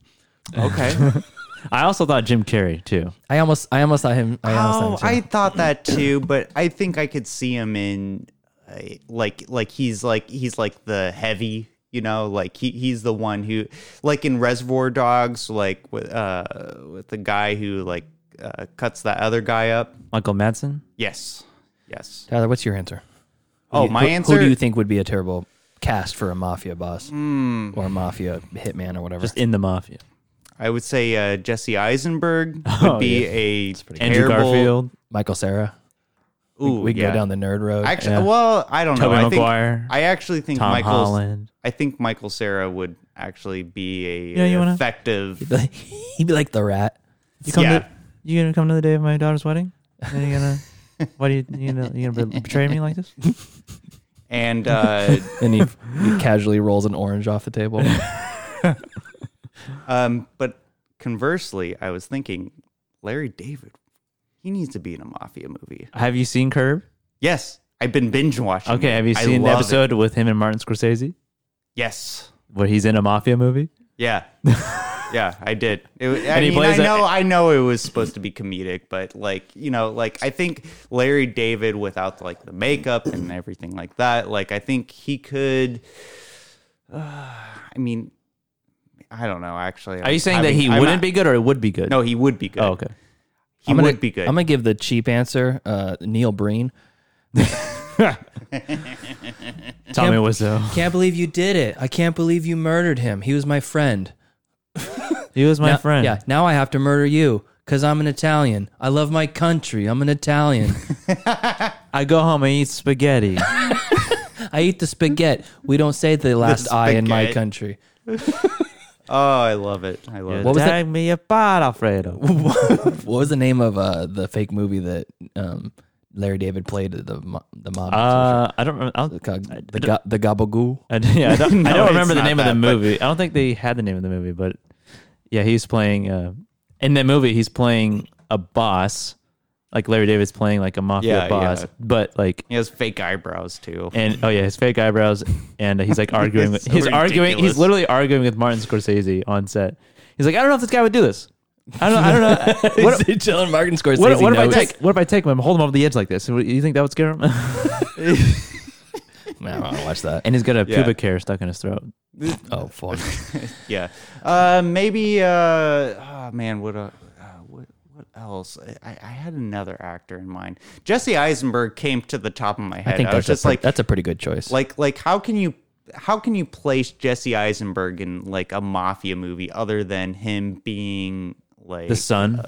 okay. I also thought Jim Carrey too. I almost I almost saw him. I Oh, almost saw him I too. thought that too, but I think I could see him in I- like like he's like he's like the heavy, you know, like he he's the one who like in Reservoir Dogs, like with uh with the guy who like uh, cuts that other guy up. Michael Madsen. Yes. Yes. Tyler, what's your answer? Oh, my Who- answer Who do you think would be a terrible cast for a mafia boss Hmm. or a mafia hitman or whatever? Just in the mafia. I would say uh, Jesse Eisenberg would Oh, be yeah. a terrible- Andrew Garfield. Michael Sarah. Ooh, We can yeah. go down the nerd road. Actually, yeah. well, I don't Tobey know. I Maguire, think I actually think Tom Michael Holland. I think Michael Sarah would actually be a Yeah, you wanna- effective. he'd be like the rat. You come Yeah. to you gonna come to the day of my daughter's wedding? Then you gonna why do you you gonna, you gonna be- betray me like this? And uh, And he, he casually rolls an orange off the table. um, but conversely, I was thinking Larry David, he needs to be in a mafia movie. Have you seen Curb? Yes, I've been binge watching. Okay, it. have you I seen the love it. episode with him and Martin Scorsese Yes. where he's in a mafia movie? Yeah. yeah, I did. It, I And he mean, plays I a- know, I know it was supposed to be comedic, but like, you know, like I think Larry David without like the makeup and everything like that, like I think he could. Uh, I mean, I don't know. Actually, Are you saying that he wouldn't be good or it would be good? No, he would be good. Oh, okay. he I'm gonna- would be good. I'm gonna give the cheap answer, uh, Neil Breen. Tommy Wiseau. Can't believe you did it. I can't believe you murdered him. He was my friend. He was my Now- friend. Yeah. Now I have to murder you because I'm an Italian. I love my country. I'm an Italian. I go home and eat spaghetti. I eat the spaghetti. We don't say the last I in my spaghetti. country. oh, I love it. I love it. what was that? me apart, Alfredo. What was the name of uh, the fake movie that um, Larry David played the mo- the mob? Uh, I don't remember. I'll, the go- the, go- the gabagoo. I, don't- yeah, I don't, I No, don't it's remember the not name that, of the but- movie. I don't think they had the name of the movie, but yeah, he's playing uh, in that movie. He's playing a boss, like Larry David's playing like a mafia Yeah, boss, yeah. but like He has fake eyebrows too. and oh yeah, his fake eyebrows, and he's like arguing. with, It's so he's arguing. He's ridiculous. literally arguing with Martin Scorsese on set. He's like, I don't know if this guy would do this. I don't. I don't know. What, Telling Martin Scorsese. what, what if I knows. take? What if I take him and hold him over the edge like this? You think that would scare him? Man, I want to watch that. and he's got a Yeah. pubic hair stuck in his throat. Oh fuck. Yeah. Uh, maybe. Uh, oh, man, what? Uh, uh, what? What else? I, I had another actor in mind. Jesse Eisenberg came to the top of my head. I think was that's just a pre- like, that's a pretty good choice. like, like, how can you? How can you place Jesse Eisenberg in like a mafia movie other than him being like The uh, son.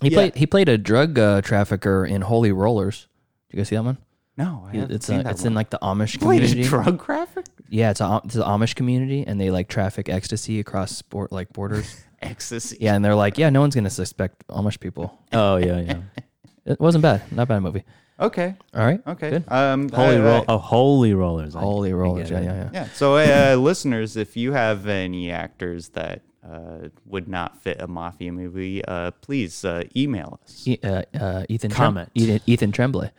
He Yeah. played he played a drug uh, trafficker in Holy Rollers. Did you guys see that one? no? I haven't It's seen uh that it's one. in like the Amish Wait, he's a community. drug traffic. yeah, it's, a, it's the Amish community, and they like traffic ecstasy across sport like borders. ecstasy. Yeah, and they're like, yeah, no one's gonna suspect Amish people. Oh yeah, yeah. It wasn't bad, not bad movie. Okay. All right, Okay. good. Um, Holy I- I- roll, oh, holy rollers. I- Holy rollers, get yeah, it. yeah, yeah. Yeah. So, uh, listeners, if you have any actors that uh, would not fit a mafia movie, uh, please uh, email us. E- uh, uh, Ethan Trem- Comment. Ethan, Ethan Tremblay.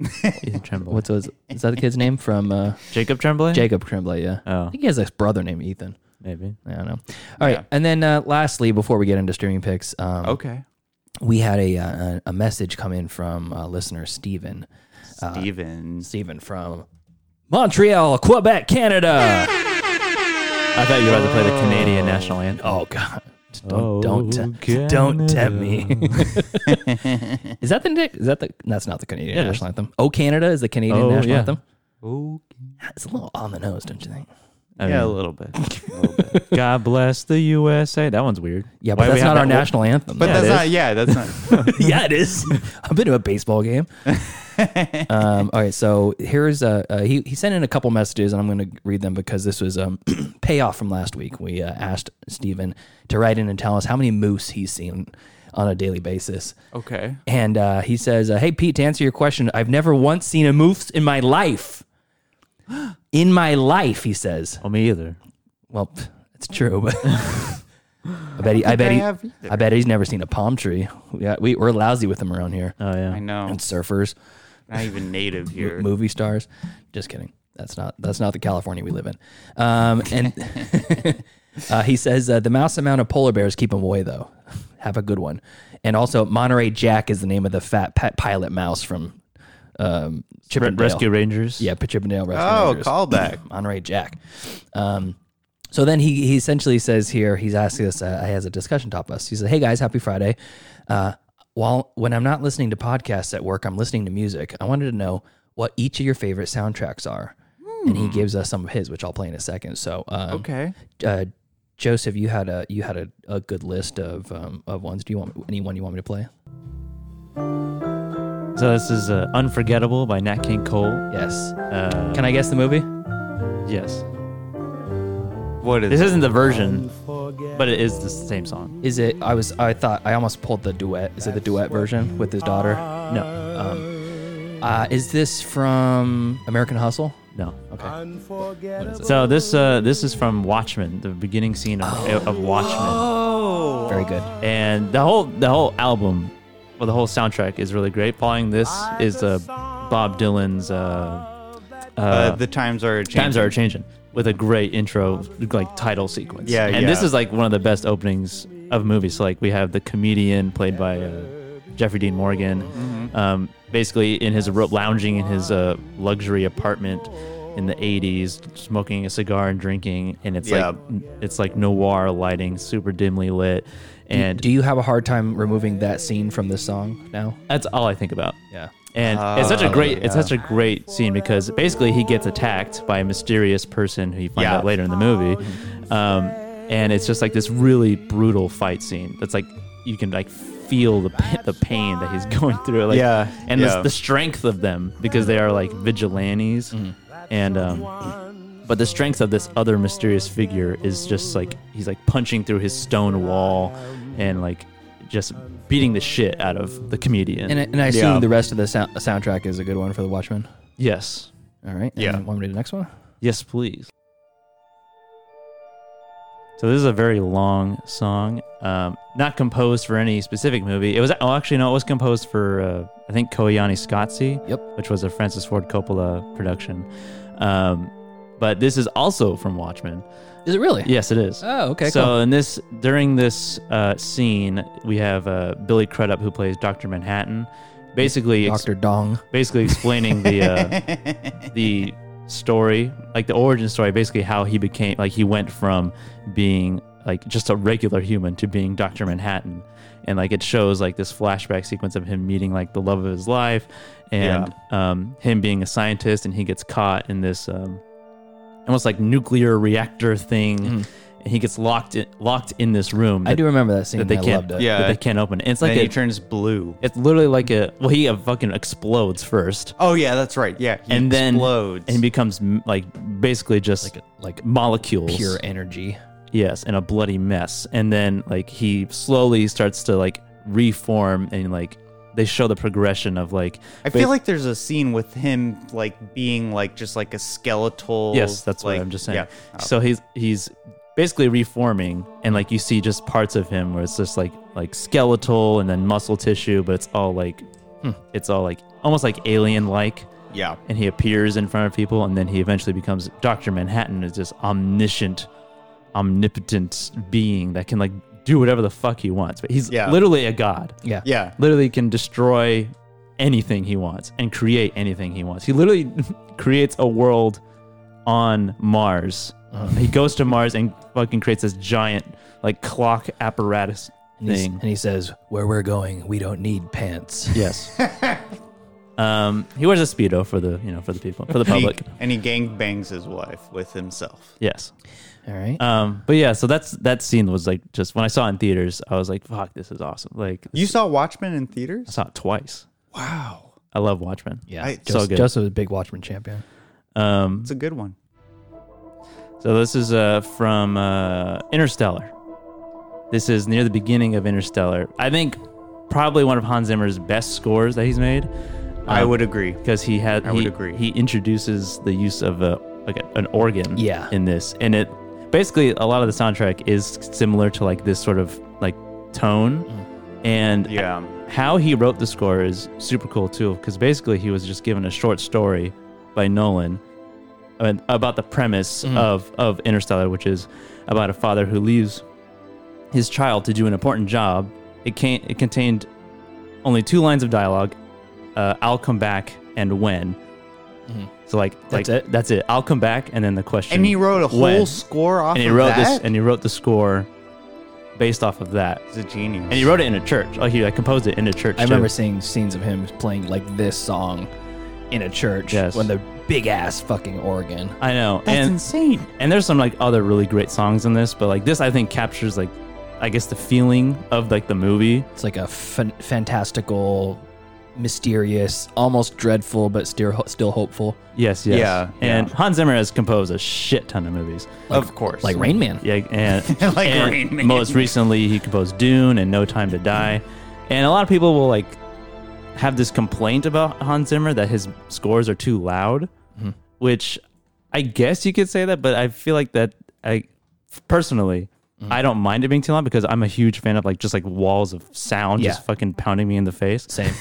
Ethan Tremblay. What's was is that the kid's name from uh, Jacob Tremblay? Jacob Tremblay? Yeah, Oh. I think he has a brother named Ethan. Maybe. I don't know. All right, and then uh, lastly, before we get into streaming picks, um, Okay. we had a, uh, a a message come in from uh, listener Steven. Uh, Steven. Steven from Montreal, Quebec, Canada. I thought you were about to play the Canadian national anthem. Oh, Oh God. Don't don't te- don't tempt me. is that the na- is that the that's not the Canadian it national anthem? Oh Canada is the Canadian Oh, national yeah. anthem. Oh, it's a little on the nose, don't you think? I yeah, a mean, little bit. A little bit. God bless the USA. That one's weird. Yeah, but Why we that's have not our that- national anthem. But yeah, that's not. Yeah, that's not. it is. yeah, it is. I've been to a baseball game. um, all right, so here's uh, uh, he he sent in a couple messages, and I'm going to read them because this was um payoff from last week. We uh, asked Steven to write in and tell us how many moose he's seen on a daily basis. okay. And uh, he says, uh, Hey, Pete, to answer your question, I've never once seen a moose in my life. In my life, he says. Oh, me either. Well, pff, it's true, but I bet he, I, bet I he, have either. I bet he's never seen a palm tree. Yeah, we, we're lousy with them around here. Oh yeah. I know. And surfers, Not even native here. movie stars. Just kidding. That's not that's not the California we live in. Um, and uh, he says uh, the mouse amount of polar bears keep him away though. Have a good one. And also Monterey Jack is the name of the fat pet pilot mouse from um, Chip Re- and Rescue Rangers. Yeah, Chip and Dale Rescue Oh, Rangers. callback. Monterey Jack. Um, so then he, he essentially says here, he's asking us, uh, he has a discussion top us. He said, Hey guys, happy Friday. Uh, while when I'm not listening to podcasts at work, I'm listening to music. I wanted to know what each of your favorite soundtracks are. And he gives us some of his, which I'll play in a second. So, um, Okay. uh, Joseph, you had a you had a, a good list of um, of ones. Do you want any one you want me to play? So this is uh, Unforgettable by Nat King Cole. Yes. Uh, Can I guess the movie? yes. What is This isn't the version, but it is the same song. Is it? I was. I thought. I almost pulled the duet. Is it the duet version with his daughter? No, Uh, is this from American Hustle? no. Okay. So this uh, this is from Watchmen, the beginning scene of, of Watchmen, Very good. and the whole the whole album, well, the whole soundtrack is really great. Following this is uh, Bob Dylan's uh, Uh, the times are changing. Times Are Changing with a great intro, like title sequence. Yeah, and this yeah. is like one of the best openings of movies. So like we have the comedian played by uh, Jeffrey Dean Morgan, Mm-hmm. um, basically in his ro- lounging in his uh, luxury apartment in the 80s, smoking a cigar and drinking, and it's like it's like noir lighting, super dimly lit, and Do you have a hard time removing that scene from this song now? that's all I think about. Yeah. And it's Ah. such a great it's such a great scene because basically he gets attacked by a mysterious person who you find Yeah. out later in the movie, um, and it's just like this really brutal fight scene that's like you can like feel the pa- the pain that he's going through, like, Yeah, and yeah. The, the strength of them because they are like vigilantes, Mm-hmm. and um, but the strength of this other mysterious figure is just like he's like punching through his stone wall and like just beating the shit out of the comedian. And, I- and I assume Yeah. the rest of the sound, soundtrack is a good one for the Watchmen. yes. All right. And Yeah. Want me to do the next one? Yes, please. So this is a very long song, um, not composed for any specific movie. It was oh, actually no, it was composed for uh, I think Koyani Scotzi, Yep. which was a Francis Ford Coppola production. Um, but this is also from Watchmen. Is it really? Yes, it is. Oh, okay. so cool. in this during this uh, scene, we have uh, Billy Crudup who plays Doctor Manhattan, basically ex- Doctor Dong. basically explaining the uh, the story, like the origin story, basically how he became, like he went from being like just a regular human to being Doctor Manhattan, and like it shows like this flashback sequence of him meeting like the love of his life, and um, him being a scientist, and he gets caught in this um, almost like nuclear reactor thing, and he gets locked in, locked in this room. That, Mm. I do remember that scene. that they I can't, loved it. Yeah. that they can't open. And it's like then a, he turns blue. it's literally like a well, he uh, fucking explodes first Oh yeah, that's right. Yeah. He and then explodes. and becomes m- like basically just Like like a- like molecules pure energy. Yes, and a bloody mess. And then like he slowly starts to like reform and like they show the progression of like I ba- feel like there's a scene with him like being like just like a skeletal. Yes, that's like, what I'm just saying. Yeah. Oh. So he's he's basically reforming, and like you see just parts of him where it's just like like skeletal and then muscle tissue, but it's all like Hmm. it's all like almost like alien like. yeah. And he appears in front of people, and then he eventually becomes Doctor Manhattan, is this omniscient, omnipotent being that can like do whatever the fuck he wants. But he's Yeah. literally a god Yeah. Yeah. literally can destroy anything he wants and create anything he wants. He literally creates a world on Mars. He goes to Mars and fucking creates this giant like clock apparatus And, he's- thing. and he says, "Where we're going, we don't need pants." Yes. um, he wears a speedo for the you know for the people for the And he, public. and he gang bangs his wife with himself. Yes. All right. Um, but yeah, so that's that scene was like just when I saw it in theaters, I was like, "Fuck, this is awesome!" Like You you saw Watchmen in I theaters? saw it twice. Wow. I love Watchmen. yeah. I- Just so good. Joseph was a big Watchman champion. Um, It's a good one. So this is uh, from uh, Interstellar. This is near the beginning of Interstellar. I think probably one of Hans Zimmer's best scores that he's made. I would agree. because he had. I would he- agree. He introduces the use of a like a- an organ. Yeah. In this, and it basically a lot of the soundtrack is similar to like this sort of like tone, Mm. and Yeah. how he wrote the score is super cool too because basically he was just given a short story by nolan and- about the premise Mm-hmm. of, of interstellar which is about a father who leaves his child to do an important job it, can it contained only two lines of dialogue uh, i'll come back and when so like Mm-hmm. That's like, it? that's it i'll come back and then the question And he wrote a whole when. score off and he of wrote that? this and he wrote the score based off of that He's a genius. and he wrote it in a church like he like, composed it in a church I too. remember seeing scenes of him playing like this song in a church Yes. with a big ass fucking organ. I know. That's and insane. and there's some like other really great songs in this, but like this I think captures like I guess the feeling of like the movie. It's like a fan- fantastical, mysterious, almost dreadful, but still still hopeful. Yes, yes. Yeah, And yeah. Hans Zimmer has composed a shit ton of movies. of course. Like Rain Man. Yeah, and, Like and Rain Man. most recently he composed Dune and No Time to Die. And a lot of people will like have this complaint about Hans Zimmer that his scores are too loud, Mm-hmm. which I guess you could say that, but I feel like that I personally Mm-hmm. I don't mind it being too loud because I'm a huge fan of like just like walls of sound just Yeah. fucking pounding me in the face. Same.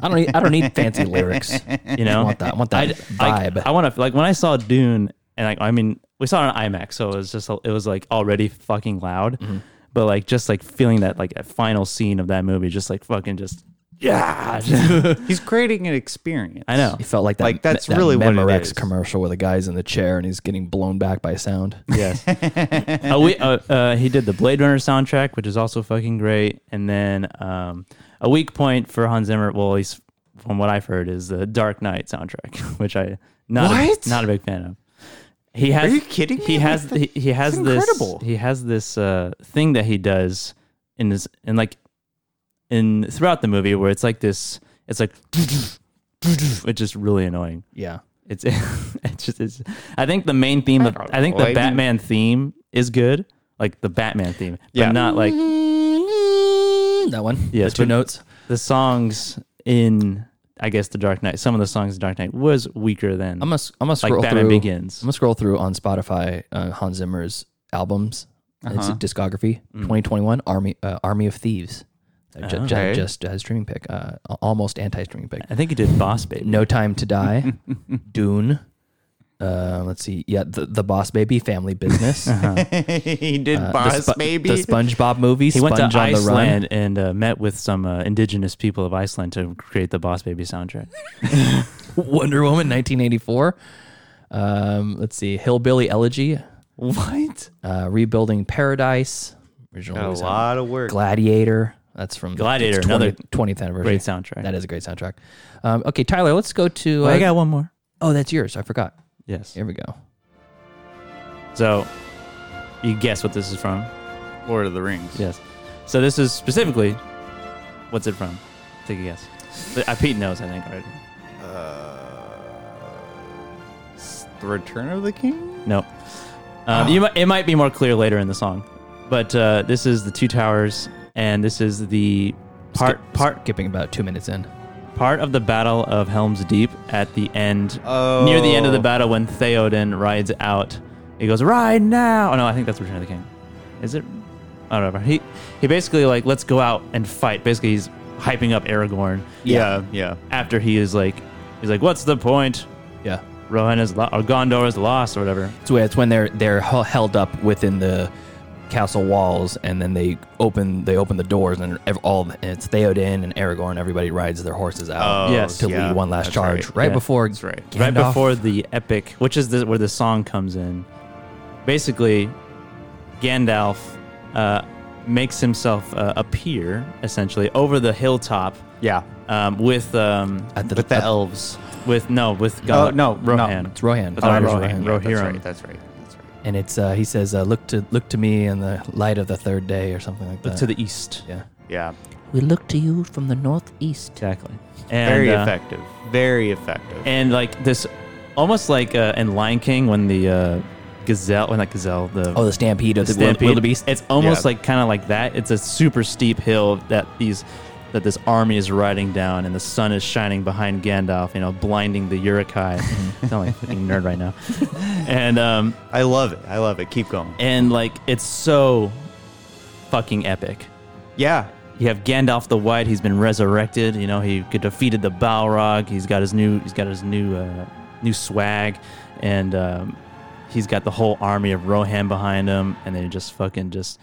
I don't need I don't need fancy lyrics. You know, I want that. I want that I- vibe. I, want to like when I saw Dune, and like I mean, we saw it on IMAX, so it was just it was like already fucking loud, Mm-hmm. but like just like feeling that like that final scene of that movie, just like fucking just yeah, He's creating an experience. I know. it felt like that. Like, that's that really what it Memorex is. commercial where the guy's in the chair and he's getting blown back by sound. Yes. uh, we, uh, uh, he did the Blade Runner soundtrack, which is also fucking great. And then um, a weak point for Hans Zimmer, well, he's from what I've heard, is the Dark Knight soundtrack, which I not What? A, not a big fan of. He has. Are you kidding me? He has. Like, He, he has it's this. incredible. He has this uh, thing that he does in this and like in throughout the movie where it's like this. It's like it's just really annoying. Yeah. It's it's just it's, I think the main theme of I think the Like- Batman theme is good, like the Batman theme, but Yeah. not like That one. Yes, The two but- notes. the songs in I guess the Dark Knight. Some of the songs in Dark Knight was weaker than I'm gonna I'm gonna like scroll Batman through. Begins. I'm gonna scroll through on Spotify uh, Hans Zimmer's albums. It's a discography. 2021 Army uh, Army of Thieves. Uh, ju- ju- Okay. just uh, streaming pick. Uh, a- almost anti streaming pick. I think he did Boss Baby. No Time to Die. Dune. Uh, let's see. Yeah, the, the Boss Baby Family Business. he did Uh, the Boss Spo- Baby. The SpongeBob movie. He went to Sponge on the Run. Iceland and uh, met with some uh, indigenous people of Iceland to create the Boss Baby soundtrack. Wonder Woman 1984. Um, let's see, Hillbilly Elegy, what? Oh, uh, Rebuilding Paradise, original A movies. lot of work. Gladiator. That's from Gladiator, its another 20th anniversary. Great soundtrack. That is a great soundtrack. Um, okay, Tyler, let's go to. Uh, I got one more. oh, that's yours. I forgot. Yes. Here we go. So you guess what this is from? Lord of the Rings. Yes. So this is specifically, what's it from? Take a guess. But, uh, Pete knows, I think, already. The Return of the King? No. Um, you might, it might be more clear later in the song, but uh, this is the Two Towers, and this is the part Skip- part skipping about two minutes in. part of the Battle of Helm's Deep at the end, near the end of the Oh. battle when Theoden rides out. He goes, "Ride now!" Oh no, I think that's Return of the King. Is it? I don't know. He he basically like let's go out and fight. Basically, he's hyping up Aragorn Yeah, yeah. after he is like he's like, "What's the point? Yeah. Rohan is lo- or Gondor is lost or whatever." So it's when they're they're hel- held up within the castle walls, and then they open they open the doors, and ev- all and it's Theoden and Aragorn. Everybody rides their horses out Oh, Yes. to yeah, lead one last that's charge, right, right, yeah. before That's right. right Gandalf- before the epic, which is the, where the song comes in. Basically, Gandalf uh, makes himself uh, appear essentially over the hilltop Yeah. um, with um, at the, With the at- elves. with no with Oh, God, no, no. Rohan. it's Rohan. That's right, Rohan, Rohan. Rohan. That's Rohirrim. right. That's right. That's right. and it's uh, he says, uh, "Look to look to me in the light of the third day," or something like that. to the east. yeah, Yeah. We look to you from the northeast. Exactly. And, Very uh, effective. Very effective. And like this, almost like uh, in Lion King when the uh, gazelle, when that gazelle, the oh, the stampede of the, wil- Stampede. wildebeest. It's almost Yeah. like kind of like that. It's a super steep hill that these that this army is riding down, and the sun is shining behind Gandalf, you know, blinding the Urukai. I sound like a fucking nerd right now. And um I love it. I love it. Keep going. and like it's so fucking epic. Yeah. You have Gandalf the White. He's been resurrected. You know, he defeated the Balrog. He's got his new he's got his new uh, new swag, and um, he's got the whole army of Rohan behind him, and they just fucking just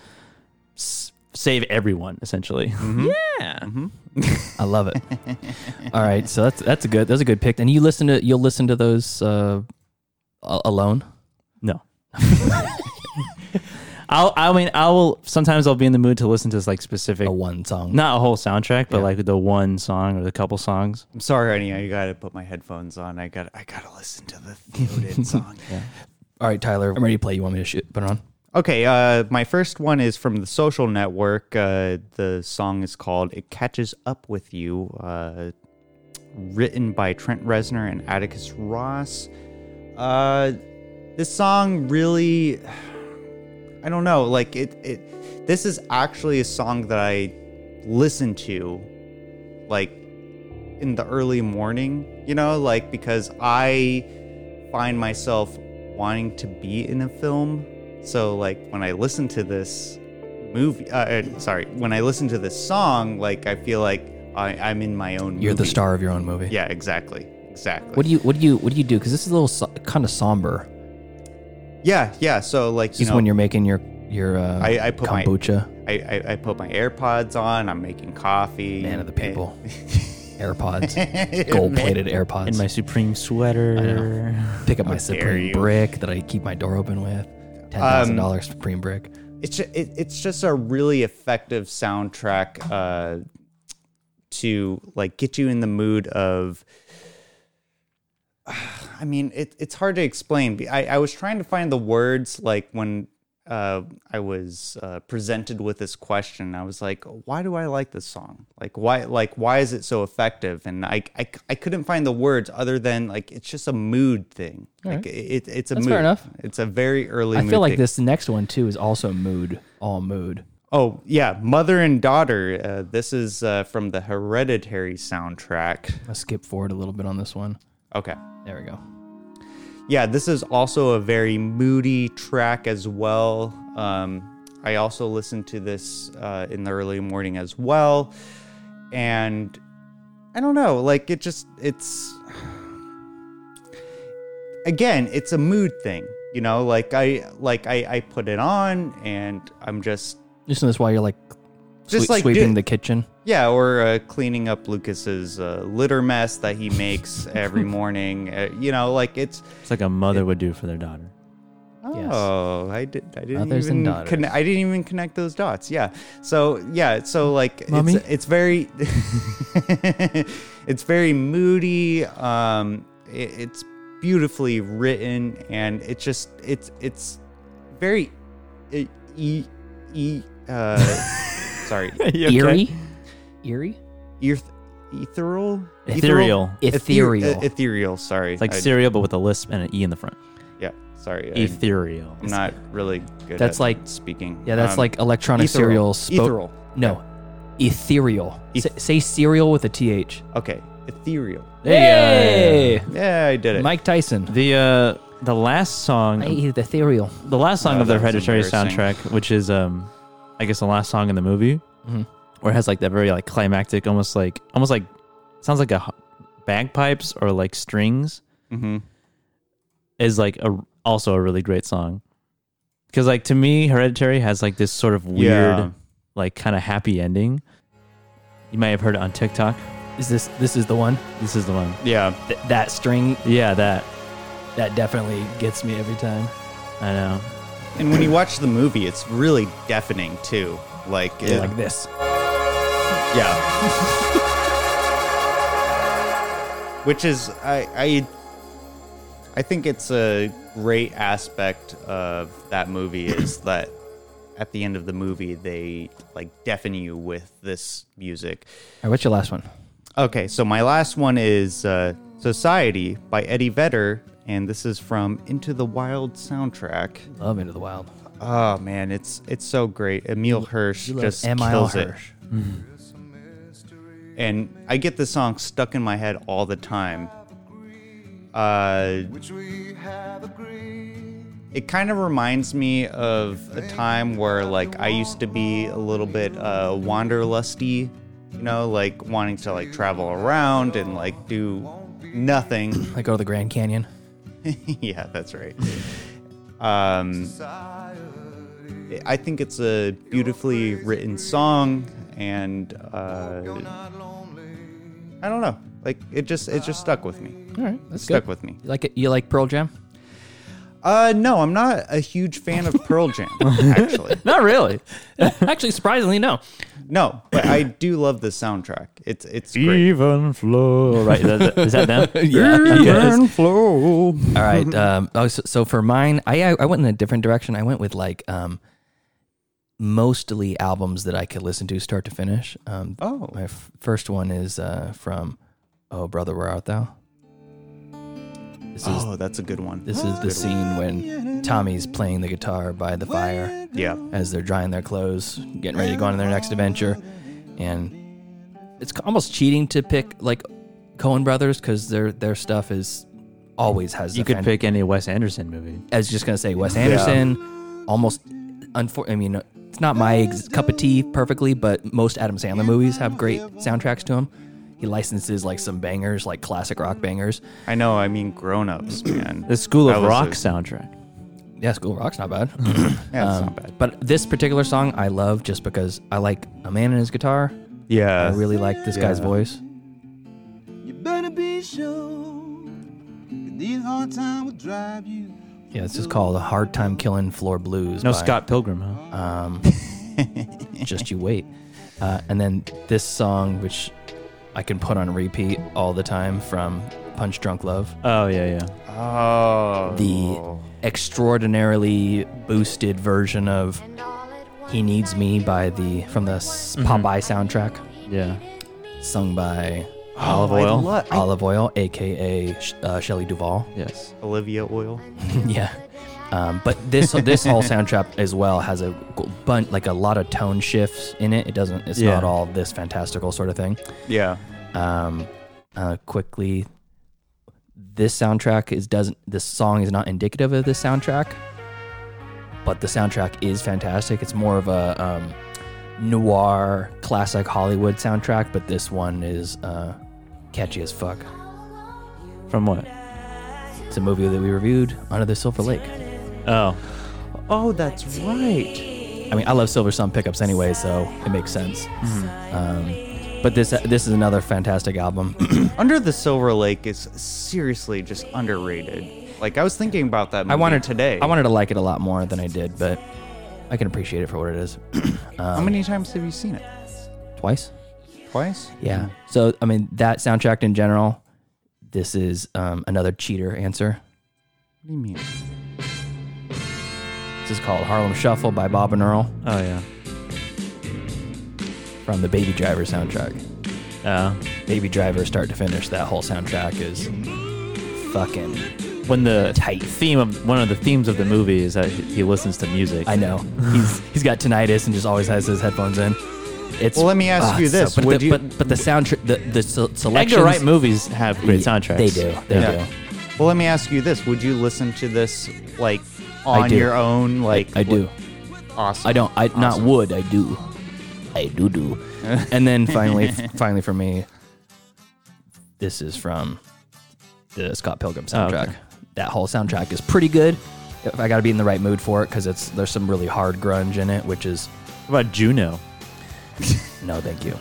s- save everyone essentially. Mm-hmm. Yeah. I love it. All right, so that's that's a good that's a good pick. And you listen to you'll listen to those uh, a- alone. No. I'll, I mean, I will. Sometimes I'll be in the mood to listen to like specific, A one song. not a whole soundtrack, but Yeah. like the one song or the couple songs. I'm sorry, honey. I gotta put my headphones on. I gotta I gotta listen to the Theoden song. All right, Tyler, I'm ready to play. You want me to shoot, put it on? Okay, uh, my first one is from the Social Network. Uh, the song is called "It Catches Up with You," uh, written by Trent Reznor and Atticus Ross. Uh, this song really, I don't know, like it. It this is actually a song that I listen to, like in the early morning. You know, like because I find myself wanting to be in a film. So like when I listen to this movie, uh, uh, sorry, when I listen to this song, like I feel like I, I'm in my own. You're the movie. star of your own movie. Yeah, exactly, exactly. What do you what do you what do you do? Because this is a little so, kind of somber. Yeah, yeah. So like This you is know, when you're making your your uh, I- I put my- kombucha. I, I I put my AirPods on. I'm making coffee. man of the and- people. AirPods, gold plated AirPods. In my supreme sweater. Pick up my dare Supreme you. Um, brick that I keep my door open with. Ten thousand dollars Supreme brick. it's ju- it, it's just a really effective soundtrack uh, to like get you in the mood of. I mean, it, it's hard to explain. I, I was trying to find the words like when uh, I was uh, presented with this question. I was like, why do I like this song? Like why like why is it so effective? And I I, I couldn't find the words other than like it's just a mood thing. Like it, it's a That's mood. fair enough. It's a very early. I mood feel like thing. this next one too is also mood, all mood. Oh yeah, mother and daughter. Uh, this is uh, from the Hereditary soundtrack. I skip forward a little bit on this one. Okay, There we go. yeah, this is also a very moody track as well. Um, I also listened to this uh, in the early morning as well, and I don't know, like it just it's again, it's a mood thing, you know. Like I like I, I put it on and I'm just Listen to this while you're like just swe- like sweeping do- the kitchen. Yeah, or uh, cleaning up Lucas's uh, litter mess that he makes every morning. Uh, you know, like it's It's like a mother would do for their daughter. Yes. oh, I did, I didn't Mothers and even daughters. connect. I didn't even connect those dots. Yeah, so yeah, so like Mommy? it's it's very it's very moody. Um, it, it's beautifully written, and it's just it's it's very e e, e uh, sorry Eerie, eerie, Eth- ethereal Ethereal. Ethe- ethereal. uh, ethereal. Sorry, It's like I- cereal, but with a lisp and an E in the front. Yeah, sorry. I- Ethereal. I'm not really good That's at like- speaking. Yeah, that's Um, like electronic ethereal. serial. spo- Ethereal. E- No, ethereal. Say, say serial with a th. Okay, ethereal. Hey, Yeah, I did it. Mike Tyson. The uh, the last song, I eat ethereal. the last song Oh, of the that was Hereditary embarrassing. soundtrack, which is um, I guess the last song in the movie, where it has like that very like climactic, almost like almost like sounds like a h- bagpipes or like strings, Mm-hmm. is like a also a really great song. Because like to me, Hereditary has like this sort of weird, Yeah. like kind of happy ending. You might have heard it on TikTok. Is this this is the one? This is the one. yeah, Th- that string Yeah, that that definitely gets me every time. I know. and when you watch the movie, it's really deafening too. Like, it- Like this. yeah. Which is, I, I, I think it's a great aspect of that movie is that at the end of the movie they like deafen you with this music. All right, what's your last one? Okay, so my last one is uh, Society by Eddie Vedder, and this is from Into the Wild soundtrack. Love Into the Wild. Oh man, it's it's so great. Emil Hirsch you love just Emil kills Hirsch. it. And I get this song stuck in my head all the time. Uh, it kind of reminds me of a time where like I used to be a little bit uh, wanderlusty, you know, like wanting to like travel around and like do nothing. I go to the Grand Canyon. yeah, that's right. Um, I think it's a beautifully written song, and uh, I don't know, like it just it just stuck with me. All right, that's Stuck good. with me. You like it? You like Pearl Jam? Uh, no, I'm not a huge fan of Pearl Jam, actually. Not really. Actually, surprisingly, no. No, but I do love the soundtrack. It's it's great. Even flow. Right. Is that- is that them? Yes. flow. All right. Um, oh, so, so for mine, I I I went in a different direction. I went with like um, mostly albums that I could listen to start to finish. Um, Oh. my f- first one is uh, from Oh Brother Where Art Thou. This is Oh, that's a good one. this is the scene when Tommy's playing the guitar by the fire yeah. as they're drying their clothes, getting ready to go on to their next adventure, and it's almost cheating to pick like Cohen Brothers because their their stuff is always has You a could fan- pick any Wes Anderson movie. I was just gonna say Wes Anderson, almost. Unfor- I mean, it's not my ex- cup of tea perfectly, but most Adam Sandler movies have great soundtracks to them. He licenses like some bangers, like classic rock bangers. I know. I mean, grown ups, man. The School That of was Rock a- soundtrack. Yeah, School of Rock's not bad. Mm-hmm. Yeah, it's Um, not bad. But this particular song I love just because I like a man and his guitar. Yeah. I really like this guy's yeah. voice. You better be sure. These hard times will drive you. Yeah, this is called "A Hard Time Killing Floor Blues." No by- Scott Pilgrim, Uh-huh. huh? just you wait. Uh, and then this song, which I can put on repeat all the time from Punch Drunk Love. Oh yeah, yeah. Oh. the extraordinarily boosted version of "He Needs Me" by the from the s- Popeye soundtrack, Yeah. sung by Olive oil. Olive Oil, aka Sh- uh, Shelley Duvall. yes. Olivia Oil. yeah, um, but this this whole soundtrack as well has a g- bun like a lot of tone shifts in it. It doesn't. It's Yeah. not all this fantastical sort of thing. Yeah. um, uh, quickly this soundtrack is doesn't this song is not indicative of this soundtrack but the soundtrack is fantastic it's more of a um, noir classic hollywood soundtrack but this one is uh, catchy as fuck From what? it's a movie that we reviewed under the silver lake Oh, Oh, that's right. i mean i love silver sun pickups anyway so it makes sense um, but this this is another fantastic album Under the Silver Lake is seriously just underrated. Like I was thinking about that. Movie I wanted today. I wanted to like it a lot more than I did, but I can appreciate it for what it is. How many times have you seen it? Twice. Twice. Yeah. So I mean that soundtrack in general. This is um, another cheater answer. What do you mean? This is called Harlem Shuffle by Bob and Earl oh yeah. from the Baby Driver soundtrack. Oh, Baby Driver, start to finish, that whole soundtrack is fucking when the Tight. theme of one of the themes of the movie is that he listens to music. I know he's he's got tinnitus and just always has his headphones in. It's Ah, Well, let me ask you this. but, Would the, you- but but the soundtrack, the the se- selections, Edgar Wright movies have great Yeah, soundtracks. They do. They Yeah. do. Well, let me ask you this: Would you listen to this like I on do. your own? Like I do. Awesome. I don't. I not would. I do. I do do. and then finally, finally for me, this is from the Scott Pilgrim soundtrack. Oh, okay. That whole soundtrack is pretty good. If I got to be in the right mood for it because it's there's some really hard grunge in it, which is What about Juno? no, thank you.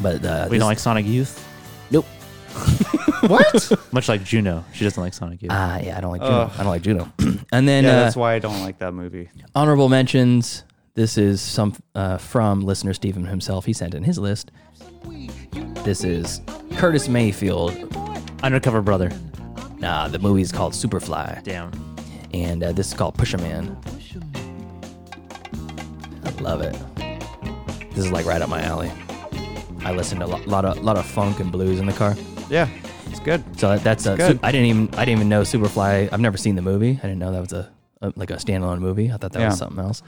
but uh, We this- don't like Sonic Youth. nope. Much like Juno, she doesn't like Sonic Youth. Ah, yeah, I don't like Juno. I don't like Juno. and then Yeah, uh, that's why I don't like that movie. honorable mentions. This is some uh, from listener Stephen himself. He sent in his list. This is Curtis Mayfield. Undercover Brother. Nah, the movie is called Superfly, Damn. and uh, this is called Push a Man. I love it. This is like right up my alley. I listen to a lot, lot of lot of funk and blues in the car. Yeah, it's good. So that- that's a, good. I didn't even I didn't even know Superfly. I've never seen the movie. I didn't know that was a, a- like a standalone movie. I thought that Yeah. was something else.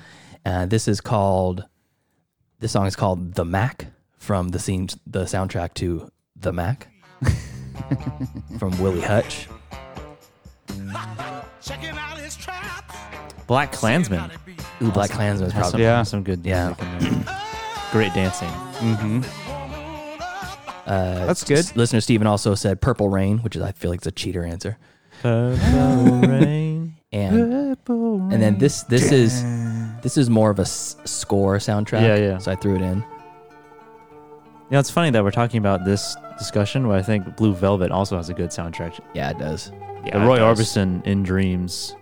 Uh, this is called this song is called "The Mac" from the scene the soundtrack to "The Mac" from Willie Hutch. Black Klansman. Ooh, Black Klansman is Has some, probably Yeah. some good Oh, Yeah. music in there. Great dancing. Mm-hmm. That's good. S- uh, Listener Steven also said "Purple Rain," which is I feel like it's a cheater answer. And and then this this is this is more of a s- score soundtrack. Yeah, yeah. So I threw it in. You know, it's funny that we're talking about this discussion, but I think Blue Velvet also has a good soundtrack. Yeah, it does. the Roy Orbison in Dreams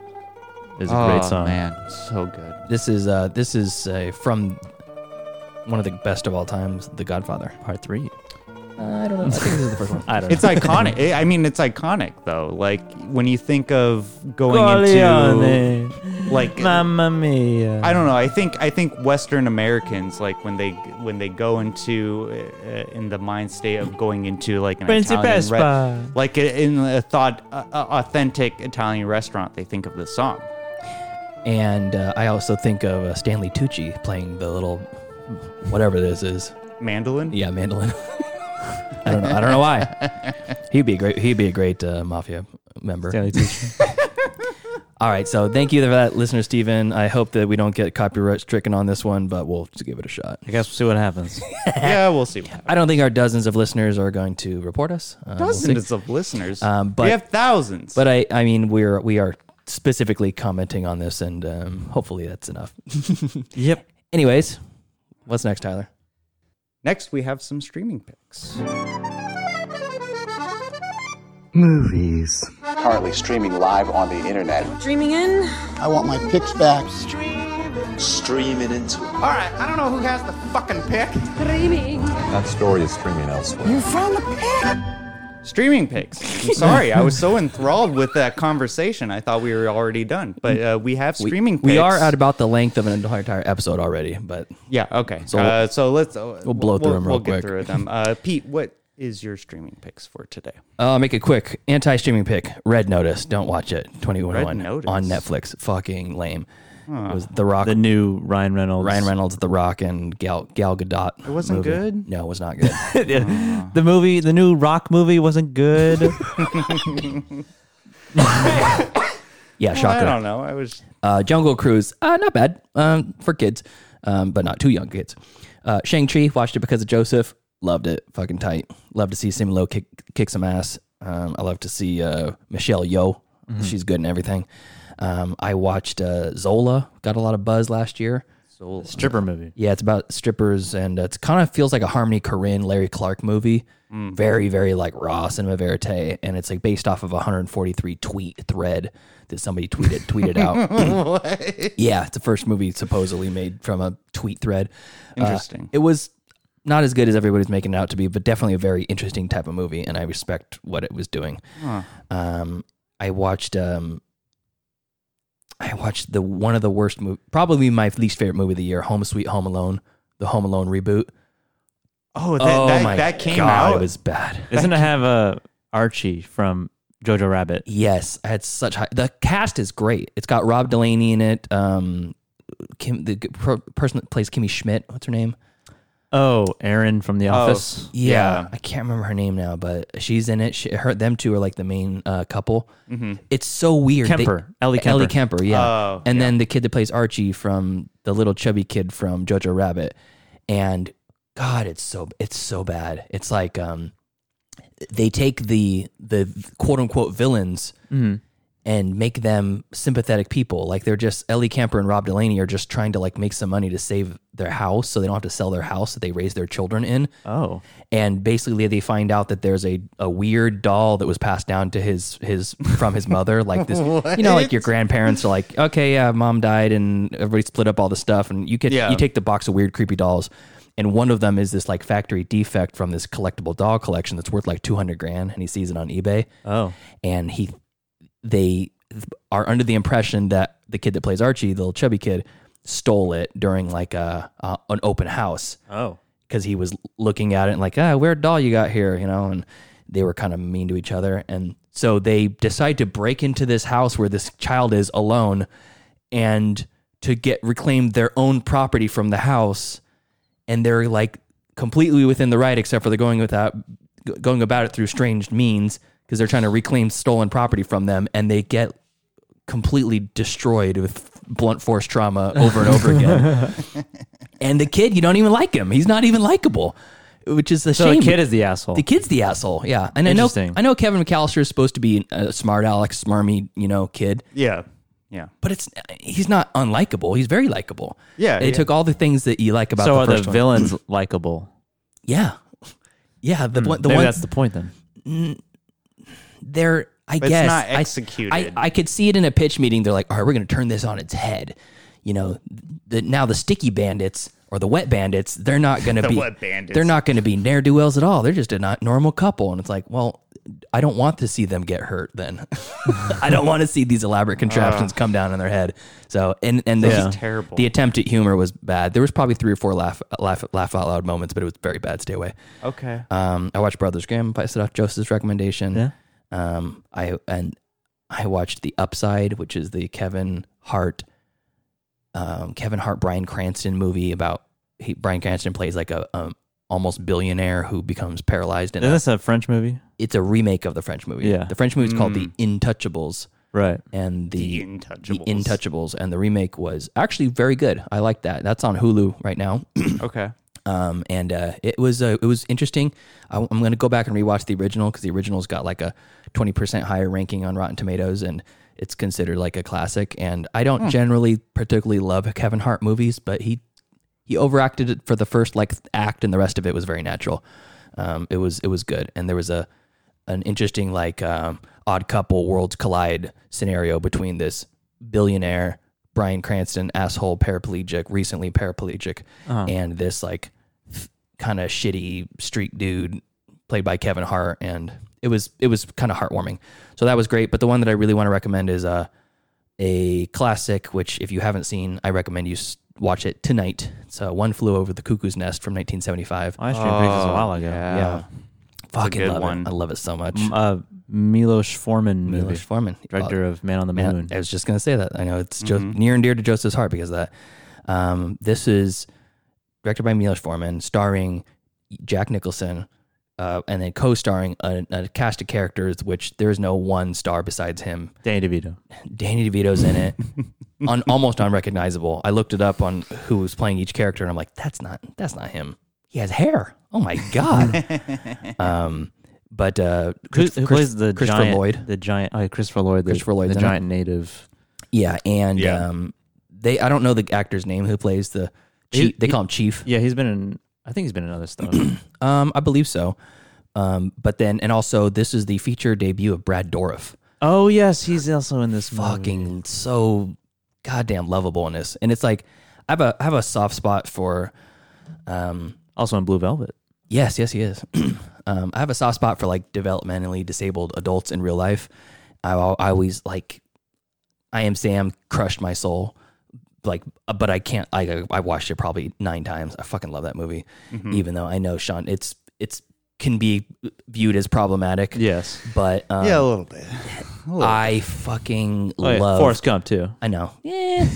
is a great song. Oh, man, so good. This is uh, this is uh, from one of the best of all times, The Godfather. Part three. I don't know. I think this is the first one. I don't know. It's iconic. I I mean, it's iconic though. Like when you think of going into like Mamma Mia. I don't know. I think I think Western Americans like when they when they go into uh, in the mind state of going into like an Principe Italian re- Spa. like in a thought uh, authentic Italian restaurant, they think of this song. And uh, I also think of uh, Stanley Tucci playing the little whatever this is. Mandolin. Yeah, mandolin. I don't know. I don't know why. He'd be a great. He'd be a great uh, mafia member. All right. So thank you for that, listener Steven. I hope that we don't get copyright stricken on this one, but we'll just give it a shot. I guess we'll see what happens. yeah we'll see. what happens. I don't think our dozens of listeners are going to report us. Uh, we'll see. Dozens of listeners. Um, but- we have thousands. But I, I mean, we're we are specifically commenting on this, and um, hopefully that's enough. yep. Anyways, what's next, Tyler? Next, we have some streaming picks. Currently streaming live on the internet. Dreaming in? I want my picks back. Streaming into All right, I don't know who has the fucking pick. Dreaming. That story is streaming elsewhere. Streaming picks. I'm sorry, I was so enthralled with that conversation. I thought we were already done, but uh, we have streaming. picks. We are at about the length of an entire, entire episode already, but Yeah. Okay. So, we'll- uh, so let's. Uh, we'll blow through we'll, them We'll real get quick. through them. Uh, Pete, what is your streaming picks for today? uh, I'll make it quick. Anti-streaming pick: Red Notice. Don't watch it. Twenty Red one Notice? on Netflix. Fucking lame. It was The Rock, The new Ryan Reynolds. Ryan Reynolds, The Rock, and Gal Gal Gadot. It wasn't good? No, it was not good. Yeah. The movie, the new Rock movie wasn't good. yeah, I shocker. don't know. I was. Uh, Jungle Cruise, uh, not bad um, for kids, um, but not too young kids. Uh, Shang Chi, watched it because of Joseph, loved it, fucking tight. Love to see Simu Lo kick kick some ass. Um, I love to see uh, Michelle Yeoh, she's good in everything. Um, I watched uh, Zola, got a lot of buzz last year. Stripper movie. Yeah, it's about strippers, and it kind of feels like a Harmony Korine, Larry Clark movie. Very, very like raw cinema verite, and it's like based off of a 143 tweet thread that somebody tweeted tweeted out. yeah, it's the first movie supposedly made from a tweet thread. Uh, Interesting. it was not as good as everybody's making it out to be, but definitely a very interesting type of movie, and I respect what it was doing. Um, I watched um, I watched the one of the worst movie, probably my least favorite movie of the year, Home Sweet Home Alone, the Home Alone reboot. Oh, that, oh that, my that came god, out. it was bad. Doesn't it have uh, Archie from Jojo Rabbit. Yes, I had such high. The cast is great. It's got Rob Delaney in it. Um, Kim, the g- pro, person that plays Kimmy Schmidt, what's her name? Oh, Aaron from The Office. Yeah, I can't remember her name now, but she's in it. She, her, them two are like the main uh, couple. It's so weird. Mm-hmm. Kemper. Oh, Ellie Ellie Kemper. Kemper, yeah. and then the kid that plays Archie from the little chubby kid from Jojo Rabbit, and God, it's so it's so bad. It's like um, they take the the quote unquote villains Mm-hmm. and make them sympathetic people. Like they're just Ellie Kemper and Rob Delaney are just trying to like make some money to save their house, so they don't have to sell their house that they raise their children in Oh. and basically they find out that there's a, a weird doll that was passed down to his his from his mother like this you know like your grandparents are like okay yeah mom died and everybody split up all the stuff and you get Yeah. you take the box of weird creepy dolls and one of them is this like factory defect from this collectible doll collection that's worth like 200 grand and he sees it on eBay Oh. and he they are under the impression that the kid that plays Archie the little chubby kid stole it during like a, a an open house Oh. because he was looking at it and like, ah, weird doll you got here, you know, and they were kind of mean to each other. And so they decide to break into this house where this child is alone and to get reclaim their own property from the house. And they're like completely within the right, except for they're going without g- going about it through strange means because they're trying to reclaim stolen property from them. And they get completely destroyed with blunt force trauma over and over again. and the kid, you don't even like him. He's not even likable, which is a So shame. the kid is the asshole. The kid's the asshole. Yeah, and I know Interesting. I know Kevin McAllister is supposed to be a smart aleck, smarmy, you know, kid, Yeah. Yeah. but it's he's not unlikable. He's very likable. Yeah, they yeah. took all the things that you like about so the are first the one. villains likable? Yeah, yeah. Hmm, The one, the Maybe one that's the point then. they're I But it's guess not I- executed. I, I, could see it in a pitch meeting. They're like, all right, we're going to turn this on its head. You know, the, now the sticky bandits or the wet bandits, they're not going to The be wet bandits. They're not going to be ne'er do wells at all. They're just a not normal couple, and it's like, well, I don't want to see them get hurt. Then I don't want to see these elaborate Ah. contraptions come down on their head. So and and the, terrible. The attempt at humor was bad. There was probably three or four laugh laugh laugh out loud moments, but it was very bad. Stay away. Okay. Um, I watched Brothers Grimm by Sadat Joseph's recommendation. Yeah. Um, I and I watched The Upside, which is the Kevin Hart, um, Kevin Hart Brian Cranston movie about he, Brian Cranston plays like a um, almost billionaire who becomes paralyzed, and Isn't this a French movie? it's a remake of the French movie. Yeah. the French movie is called The Intouchables, Right. and the, Hmm. The Intouchables. the Intouchables, and the remake was actually very good. I like that. That's on Hulu right now. Okay. um, and uh, it was uh, it was interesting. I, am going to go back and rewatch the original because the original's got like a 20% higher ranking on Rotten Tomatoes, and it's considered like a classic. And I don't generally particularly love Kevin Hart movies, but he he overacted it for the first like act, and the rest of it was very natural. Um, it was it was good, and there was a an interesting like um, odd couple worlds collide scenario between this billionaire Brian Cranston asshole paraplegic recently paraplegic Uh-huh. and this like kind of shitty street dude played by Kevin Hart and it was it was kind of heartwarming. So that was great, but the one that I really want to recommend is uh, a classic which if you haven't seen, I recommend you s- watch it tonight. It's uh, One Flew Over the Cuckoo's Nest from 1975. I streamed Pigs a while ago. yeah. Fucking good love one. it. I love it so much. Uh, Milos Forman movie. Milos Forman. Director of Man on the Man, Moon. Uh, Mm-hmm. I was just gonna say that. I know it's jo- near and dear to Joseph's heart because of that. Um, this is directed by Milos Forman, starring Jack Nicholson, uh, and then co-starring a, a cast of characters, which there is no one star besides him. Danny DeVito. Danny DeVito's in it, on almost unrecognizable. I looked it up on who was playing each character, and I'm like, that's not that's not him. He has hair. Oh my god. um, but uh, Who, Chris- who Chris- plays the Christopher giant, Lloyd? The giant, oh, Christopher Lloyd. The, Christopher Lloyd's the in it. giant native. Yeah, and Yeah. um, they I don't know the actor's name who plays the He- chief. They he- call him Chief. Yeah, he's been in. I think he's been in other stuff. Um, I believe so. Um, but then and also this is the feature debut of Brad Dourif. oh yes, he's also in this Fucking so goddamn lovable in this, and it's like I have a I have a soft spot for um Also in Blue Velvet. Yes, yes, he is. um, I have a soft spot for like developmentally disabled adults in real life. I, al- I always like, I am Sam crushed my soul. Like, uh, but I can't. Mm-hmm. I I watched it probably nine times. I fucking love that movie, even though I know Sean. It's it's can be viewed as problematic. Yes. But um, yeah, a little bit. I fucking Oh, yeah, love Forrest Gump too. I know. Yeah.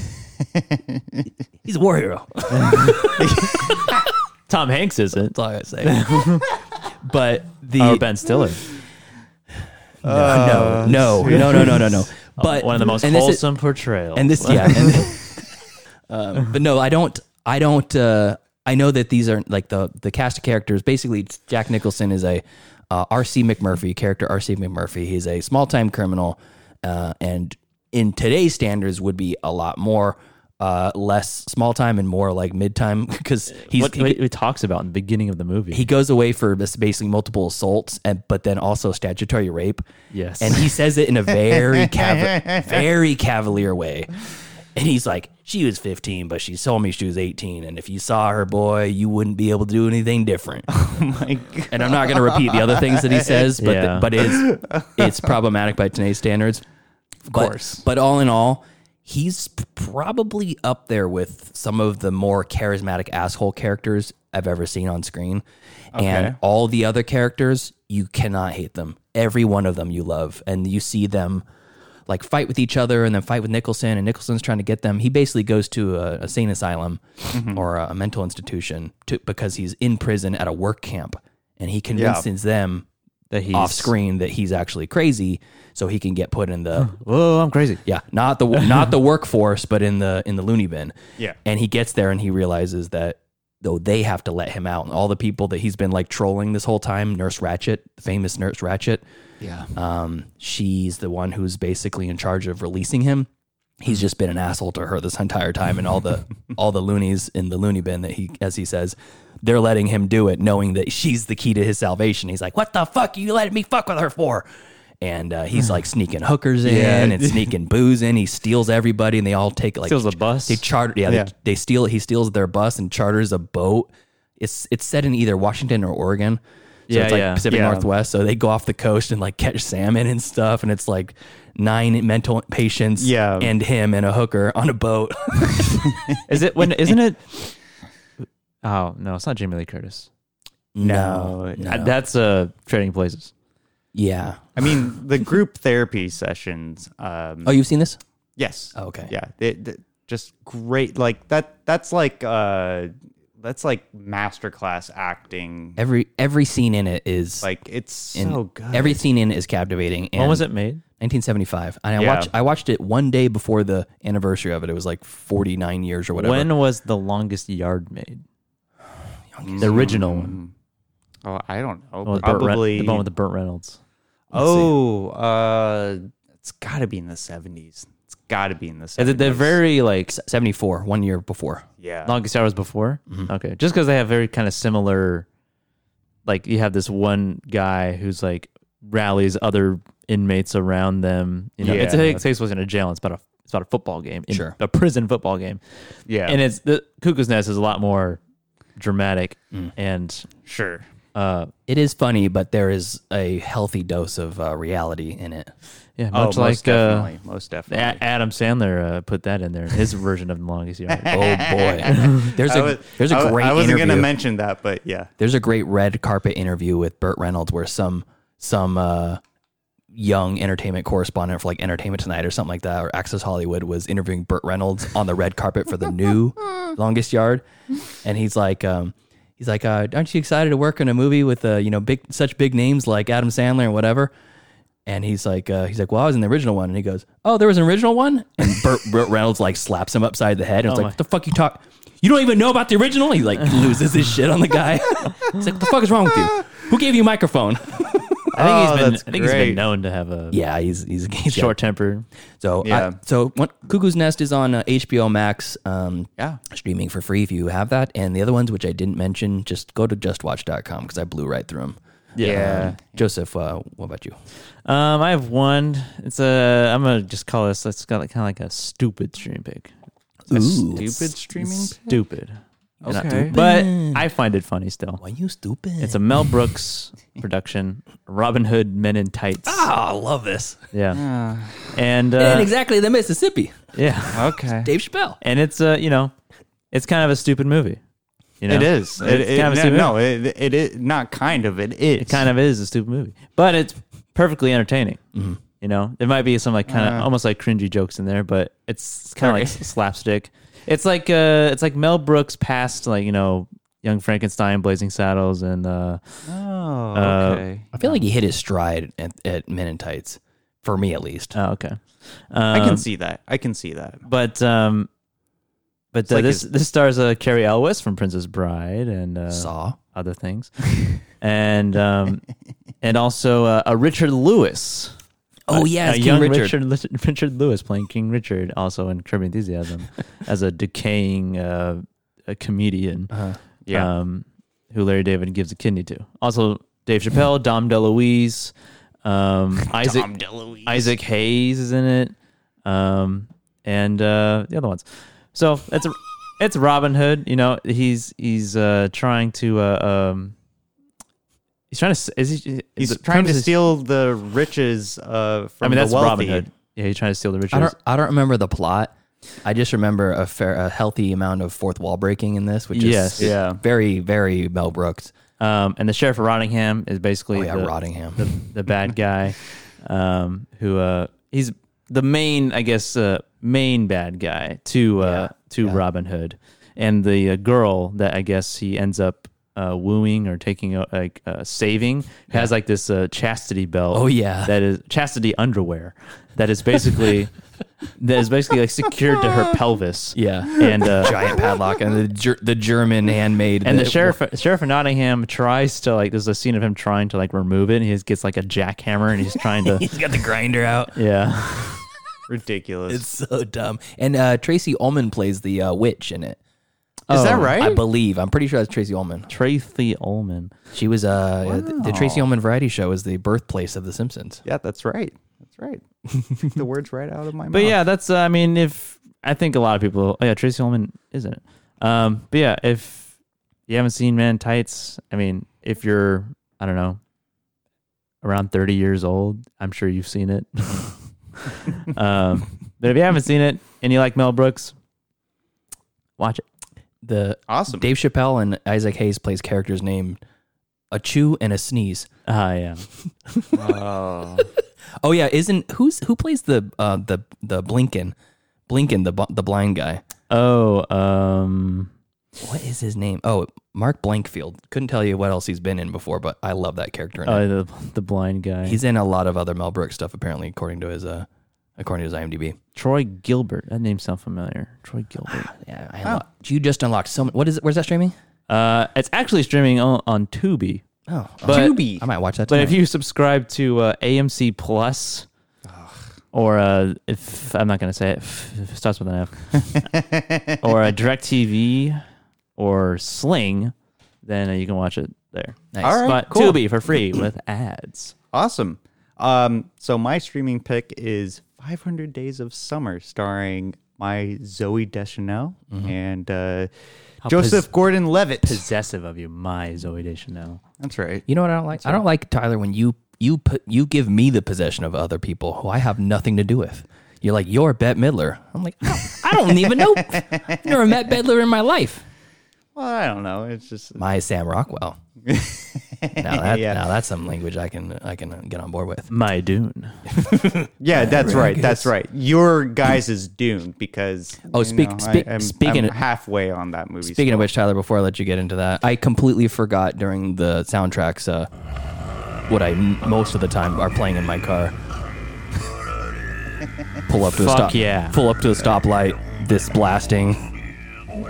He's a war hero. That's Tom Hanks isn't. all I gotta say. but the Or Oh, Ben Stiller. Uh, no, no, no, no, no, no, no, no. But One of the most and this is- wholesome portrayals. and this yeah and, um, but no i don't i don't uh i know that these are like the the cast of characters basically it's jack nicholson is a uh, rc mcmurphy character rc mcmurphy he's a small-time criminal uh and in today's standards would be a lot more uh less small time and more like mid time because he's what, what he talks about in the beginning of the movie. he goes away for bas- basically multiple assaults and but then also statutory rape. Yes. And he says it in a very cav- very cavalier way. And he's like, "She was 15, but she told me she was 18, and if you saw her boy, you wouldn't be able to do anything different." and I'm not going to repeat the other things that he says, but the, Yeah. but it's it's problematic by today's standards. Of course. But, all in all, he's p- probably up there with some of the more charismatic asshole characters I've ever seen on screen. And all the other characters, you cannot hate them. Every one of them you love and you see them like fight with each other and then fight with Nicholson and Nicholson's trying to get them. He basically goes to a, a sane asylum or a, a mental institution to, because he's in prison at a work camp and he convinces them that he's off screen that he's actually crazy so he can get put in the Whoa, I'm crazy. yeah not the not the workforce but in the in the loony bin Yeah. and he gets there and he realizes that though they have to let him out and all the people that he's been like trolling this whole time nurse ratchet the famous nurse ratchet Yeah. um, she's the one who's basically in charge of releasing him he's just been an asshole to her this entire time and all the all the loonies in the loony bin that he as he says they're letting him do it knowing that she's the key to his salvation he's like what the fuck are you letting me fuck with her for and uh, Hmm. he's like sneaking hookers in and sneaking booze in. He steals everybody, and they all take like Steals a bus. They charter, yeah, They, they steal. He steals their bus and charters a boat. It's it's set in either Washington or Oregon. So Yeah, it's like yeah. Pacific Yeah. Northwest. So they go off the coast and like catch salmon and stuff. And it's like nine mental patients Yeah. and him and a hooker on a boat. Is it when? Isn't it? Oh no, it's not Jamie Lee Curtis. no, Uh, that's uh, Trading Places. yeah. I mean, the group therapy sessions. Um, Oh, you've seen this? Yes. Oh, okay. Yeah. They, they- just great. Like that. That's like. Uh, that's like masterclass acting. Every every scene in it is like it's in- oh, so good. Every scene in it is captivating. And When was it made? 1975. And I Yeah. watched I watched it one day before the anniversary of it. It was like 49 years or whatever. When was the longest yard made? the original one. oh, I don't know. The one with Burt Ren- probably. the one with the Burt Reynolds. oh, uh, it's got to be in the seventies. It's got to be in the And they- seventies. They're very like 74, one year before. yeah. longest yard was before. Mm-hmm. Okay, just because they have very kind of similar. Like you have this one guy who's like rallies other inmates around them. You know, it's Yeah. a, it takes place in a jail. It's about a it's about a football game, in- Sure. a prison football game. yeah. and it's the cuckoo's nest is a lot more dramatic Mm. and sure. uh It is funny, but there is a healthy dose of uh, reality in it. yeah Oh, much most like uh definitely. most A- definitely. Adam Sandler uh, put that in there his version of the longest yard. Oh boy, there's a there's a I, wa- great I wasn't interview. gonna mention that, but yeah. there's a great red carpet interview with Burt Reynolds where some some uh, young entertainment correspondent for like Entertainment Tonight or something like that or Access Hollywood was interviewing Burt Reynolds on the red carpet for the new Longest Yard, and he's like. Um, He's like, uh, aren't you excited to work in a movie with, uh, you know, big such big names like Adam Sandler and whatever? And he's like, uh, he's like, well, I was in the original one. And he goes, oh, there was an original one. And Burt, Burt Reynolds like slaps him upside the head. And it's like, Oh my- what the fuck you talk? You don't even know about the original. He like loses his shit on the guy. He's like, what the fuck is wrong with you? Who gave you a microphone? I think Oh, he's been that's I think he's been great. known to have a yeah, he's he's, he's got- short temper. So I- Yeah. so what, Cuckoo's Nest is on uh, HBO Max. Um, Yeah. streaming for free if you have that. And the other ones, which I didn't mention, just go to justwatch.com because I blew right through them. Yeah. Joseph, uh, what about you? Um, I have one. It's a. I'm gonna just call this. It's got like, kind of like a stupid stream pick. Ooh, Stupid streaming. Stupid. And I- Okay. but I find it funny still. why you stupid? It's a Mel Brooks production, Robin Hood Men in Tights. ah, I love this. Yeah. Ah. And uh, and exactly the Mississippi, yeah, Okay. Dave Chappelle. and it's uh, you know, it's kind of a stupid movie. You know? It is. It, it's it- kind of a no, stupid no, it, it is not kind of. It is. It kind of is a stupid movie, but it's perfectly entertaining. You know, there might be some like kind Uh. of almost like cringy jokes in there, but it's kind of like slapstick. It's like uh, it's like Mel Brooks past like you know Young Frankenstein, Blazing Saddles, and uh, Oh, Uh, okay. I feel like he hit his stride at, at Men in Tights, for me at least. oh, okay. Um, I can see that. I can see that. but um, but uh, like this his- this stars uh, Carrie Elwes from Princess Bride and uh, Saw. other things, and um, and also uh, a Richard Lewis. Oh A- yes, a King young Richard. Richard. Richard Lewis playing King Richard, also in Kirby Enthusiasm, as a decaying uh, a comedian, Yeah. um, who Larry David gives a kidney to. Also, Dave Chappelle, Dom DeLuise, um, Isaac Isaac Hayes is in it, um, and uh, the other ones. So it's a, it's Robin Hood. You know, he's he's uh, trying to. Uh, um, He's trying to. s- Is he, He's the trying to premise is- steal the riches uh, from I mean, the that's wealthy. Robin Hood. Yeah, he's trying to steal the riches. I don't. I don't remember the plot. I just remember a fair, a healthy amount of fourth wall breaking in this, which Yes. is Yeah. very, very Mel Brooks. Um, and the sheriff of Rottingham is basically Oh yeah, the, Rottingham. the, the bad guy, um, who uh, he's the main, I guess, uh, main bad guy to uh, to Robin Hood, and the uh, girl that I guess he ends up uh, wooing or taking uh, like uh, saving has like this uh, chastity belt. Oh, yeah. that is chastity underwear that is basically that is basically like secured to her pelvis. yeah, and uh, giant padlock and the ger- the German handmade And the that- sheriff, sheriff of Nottingham, tries to like. There's a scene of him trying to like remove it, and he just gets like a jackhammer, and he's trying to, He's got the grinder out. yeah, Ridiculous. It's so dumb. And uh, Tracy Ullman plays the uh, witch in it. Um, Is that right? I believe. I'm pretty sure that's Tracy Ullman. Tracy Ullman. She was uh, the, the Tracy Ullman variety show is the birthplace of The Simpsons. yeah, that's right. That's right. the words right out of my mouth. But yeah, that's. Uh, I mean, if I think a lot of people, oh, yeah, Tracy Ullman isn't it? Um, but yeah, if you haven't seen Man in Tights, I mean, if you're, I don't know, around 30 years old, I'm sure you've seen it. um, but if you haven't seen it and you like Mel Brooks, watch it. The awesome. Dave Chappelle and Isaac Hayes plays characters named a chew and a sneeze. Ah, yeah. Oh yeah, isn't who's who plays the uh, the the Blinken, Blinken the bu- the blind guy? Oh, um, What is his name? Oh, Mark Blankfield. Couldn't tell you what else he's been in before, but I love that character. In it. oh, the, the blind guy. He's in a lot of other Mel Brooks stuff, apparently, according to his uh, according to his IMDb. Troy Gilbert. That name sounds familiar. Troy Gilbert. Yeah, I unlocked, you just unlocked so many. What is it? Where's that streaming? uh, it's actually streaming on, on Tubi. Oh, But- I might watch that. But if tonight. you subscribe to uh, AMC Plus, or uh, if I'm not going to say it, if it starts with an F, or a DirecTV or Sling, then uh, you can watch it there. Nice. All right, but cool. Tubi for free with ads. Awesome. Um, so my streaming pick is 500 Days of Summer, starring my Zoe Deschanel Mm-hmm. and uh, Joseph pos- Gordon-Levitt. Possessive of you, my Zoe Deschanel. That's right. You know what I don't like? I don't like Tyler when you you put you give me the possession of other people who I have nothing to do with. You're like you're Bette Midler. I'm like I don't, I don't even know. I've never met Bedler in my life. Well, I don't know. It's just My Sam Rockwell. now, that, Yeah. now that's some language I can I can get on board with. My Dune. yeah, that's right. That's right. Your guys is Dune because Oh, you speak- know, speak- I, am speaking of- halfway on that movie. Speaking of which, Tyler, before I let you get into that, I completely forgot during the soundtracks uh, what I m- most of the time are playing in my car. pull up to a Fuck stop. yeah. Pull up to a stoplight. This blasting.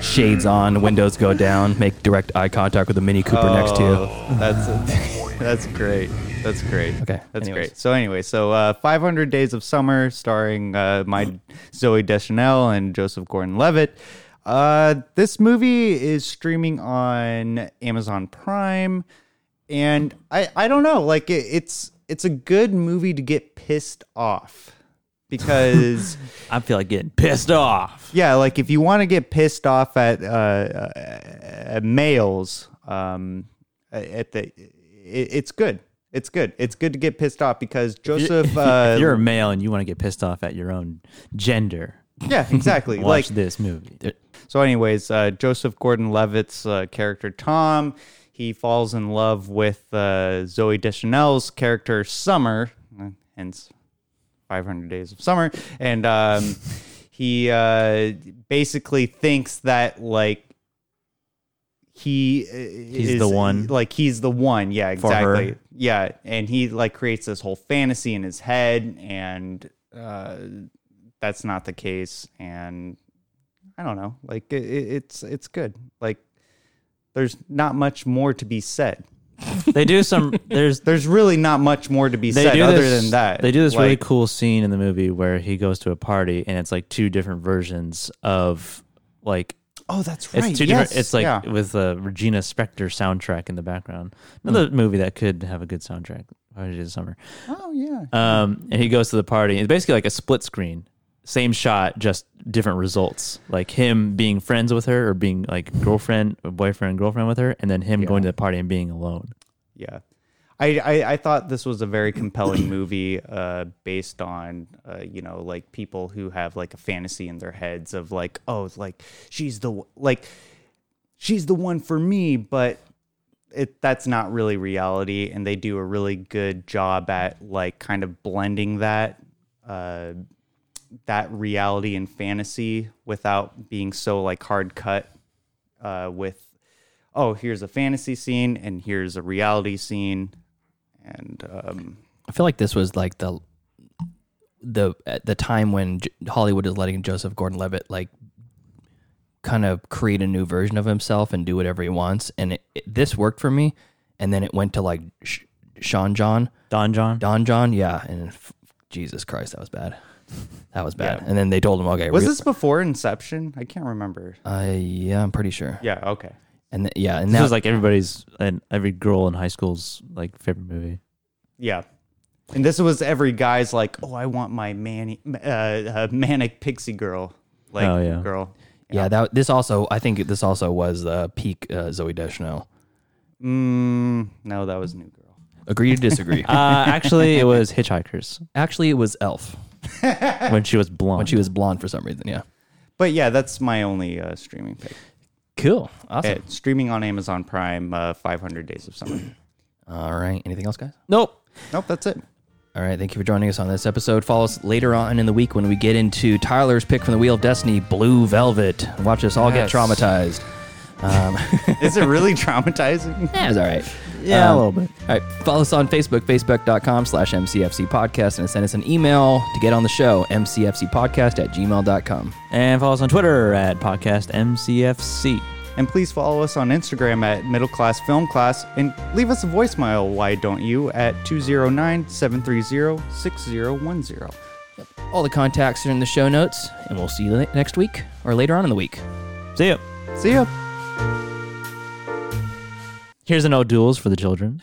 Shades on. Windows go down. Make direct eye contact with a Mini Cooper next to you. Oh, that's that's great. That's great. Okay, that's anyways. great. So anyway, so uh, 500 Days of Summer, starring uh, my Zoe Deschanel and Joseph Gordon-Levitt. Uh, this movie is streaming on Amazon Prime, and I I don't know, like it, it's it's a good movie to get pissed off because. I feel like getting pissed off. Yeah, like if you want to get pissed off at uh, uh, at males, um, at the, it, it's good. It's good. It's good to get pissed off because Joseph. uh, You're a male and you want to get pissed off at your own gender. Yeah, exactly. like Watch this movie. so, anyways, uh, Joseph Gordon-Levitt's uh, character Tom, he falls in love with uh, Zoe Deschanel's character Summer, uh, hence 500 Days of Summer, and um, he uh, basically thinks that like he uh, he's the one. like he's the one. Yeah, For her. exactly. Yeah, and he like creates this whole fantasy in his head, and uh, that's not the case. And I don't know, like it, it- it's it's good. Like there's not much more to be said. They do some. There's There's really not much more to be they said do other this- than that. They do this really Like, cool scene in the movie where he goes to a party and it's like two different versions of like Oh, that's right. it's two yes. different. It's like yeah. with the Regina Spektor soundtrack in the background. Another movie that could have a good soundtrack. How did summer? Hmm. oh yeah. Um, and he goes to the party. It's basically like a split screen, same shot, just different results. Like him being friends with her or being like girlfriend, boyfriend, girlfriend with her, and then him going to the party and being alone. Yeah. I, I, I thought this was a very compelling movie uh, based on, uh, you know, like people who have like a fantasy in their heads of like, oh, it's like she's the, w- like, she's the one for me, but it, that's not really reality. And they do a really good job at like kind of blending that, uh, that reality and fantasy without being so like hard cut uh, with oh, here's a fantasy scene and here's a reality scene, and um, I feel like this was like the the at the time when J- Hollywood is letting Joseph Gordon-Levitt like kind of create a new version of himself and do whatever he wants, and it, it- this worked for me. And then it went to like Sh- Sean John, Don John. Don John, yeah, and f- Jesus Christ, that was bad. That was bad. And then they told him, okay, was re- this before Inception? I can't remember. Uh, yeah, I'm pretty sure. Yeah, okay. And th- yeah, and This that was like everybody's and every girl in high school's like favorite movie. Yeah. And this was every guy's like, oh, I want my mani- uh, uh, manic pixie girl, like Oh, yeah. girl. yeah, that this also I think this also was uh, peak uh, Zoe Deschanel. Mm, no, that was new girl. Agree to disagree. Uh, actually, it was Hitchhikers Actually, it was Elf when she was blonde. when she was blonde for some reason. Yeah. But yeah, that's my only uh, streaming pick. Cool. Awesome. Eh, streaming on Amazon Prime, uh, 500 Days of Summer. All right. Anything else, guys? nope. nope, that's it. All right. Thank you for joining us on this episode. Follow us later on in the week when we get into Tyler's pick from the Wheel of Destiny, Blue Velvet. Watch us all Yes. get traumatized. Is it really traumatizing? That was all right. Yeah, Um, a little bit. All right. Follow us on Facebook, facebook.com slash MCFC podcast, and send us an email to get on the show, mcfcpodcast at gmail.com. And follow us on Twitter at podcast MCFC. And please follow us on Instagram at Middle Class Film Class and leave us a voicemail, why don't you, at 209 730 6010. All the contacts are in the show notes, and we'll see you la- next week or later on in the week. See ya. See ya. Here's an no duels for the children.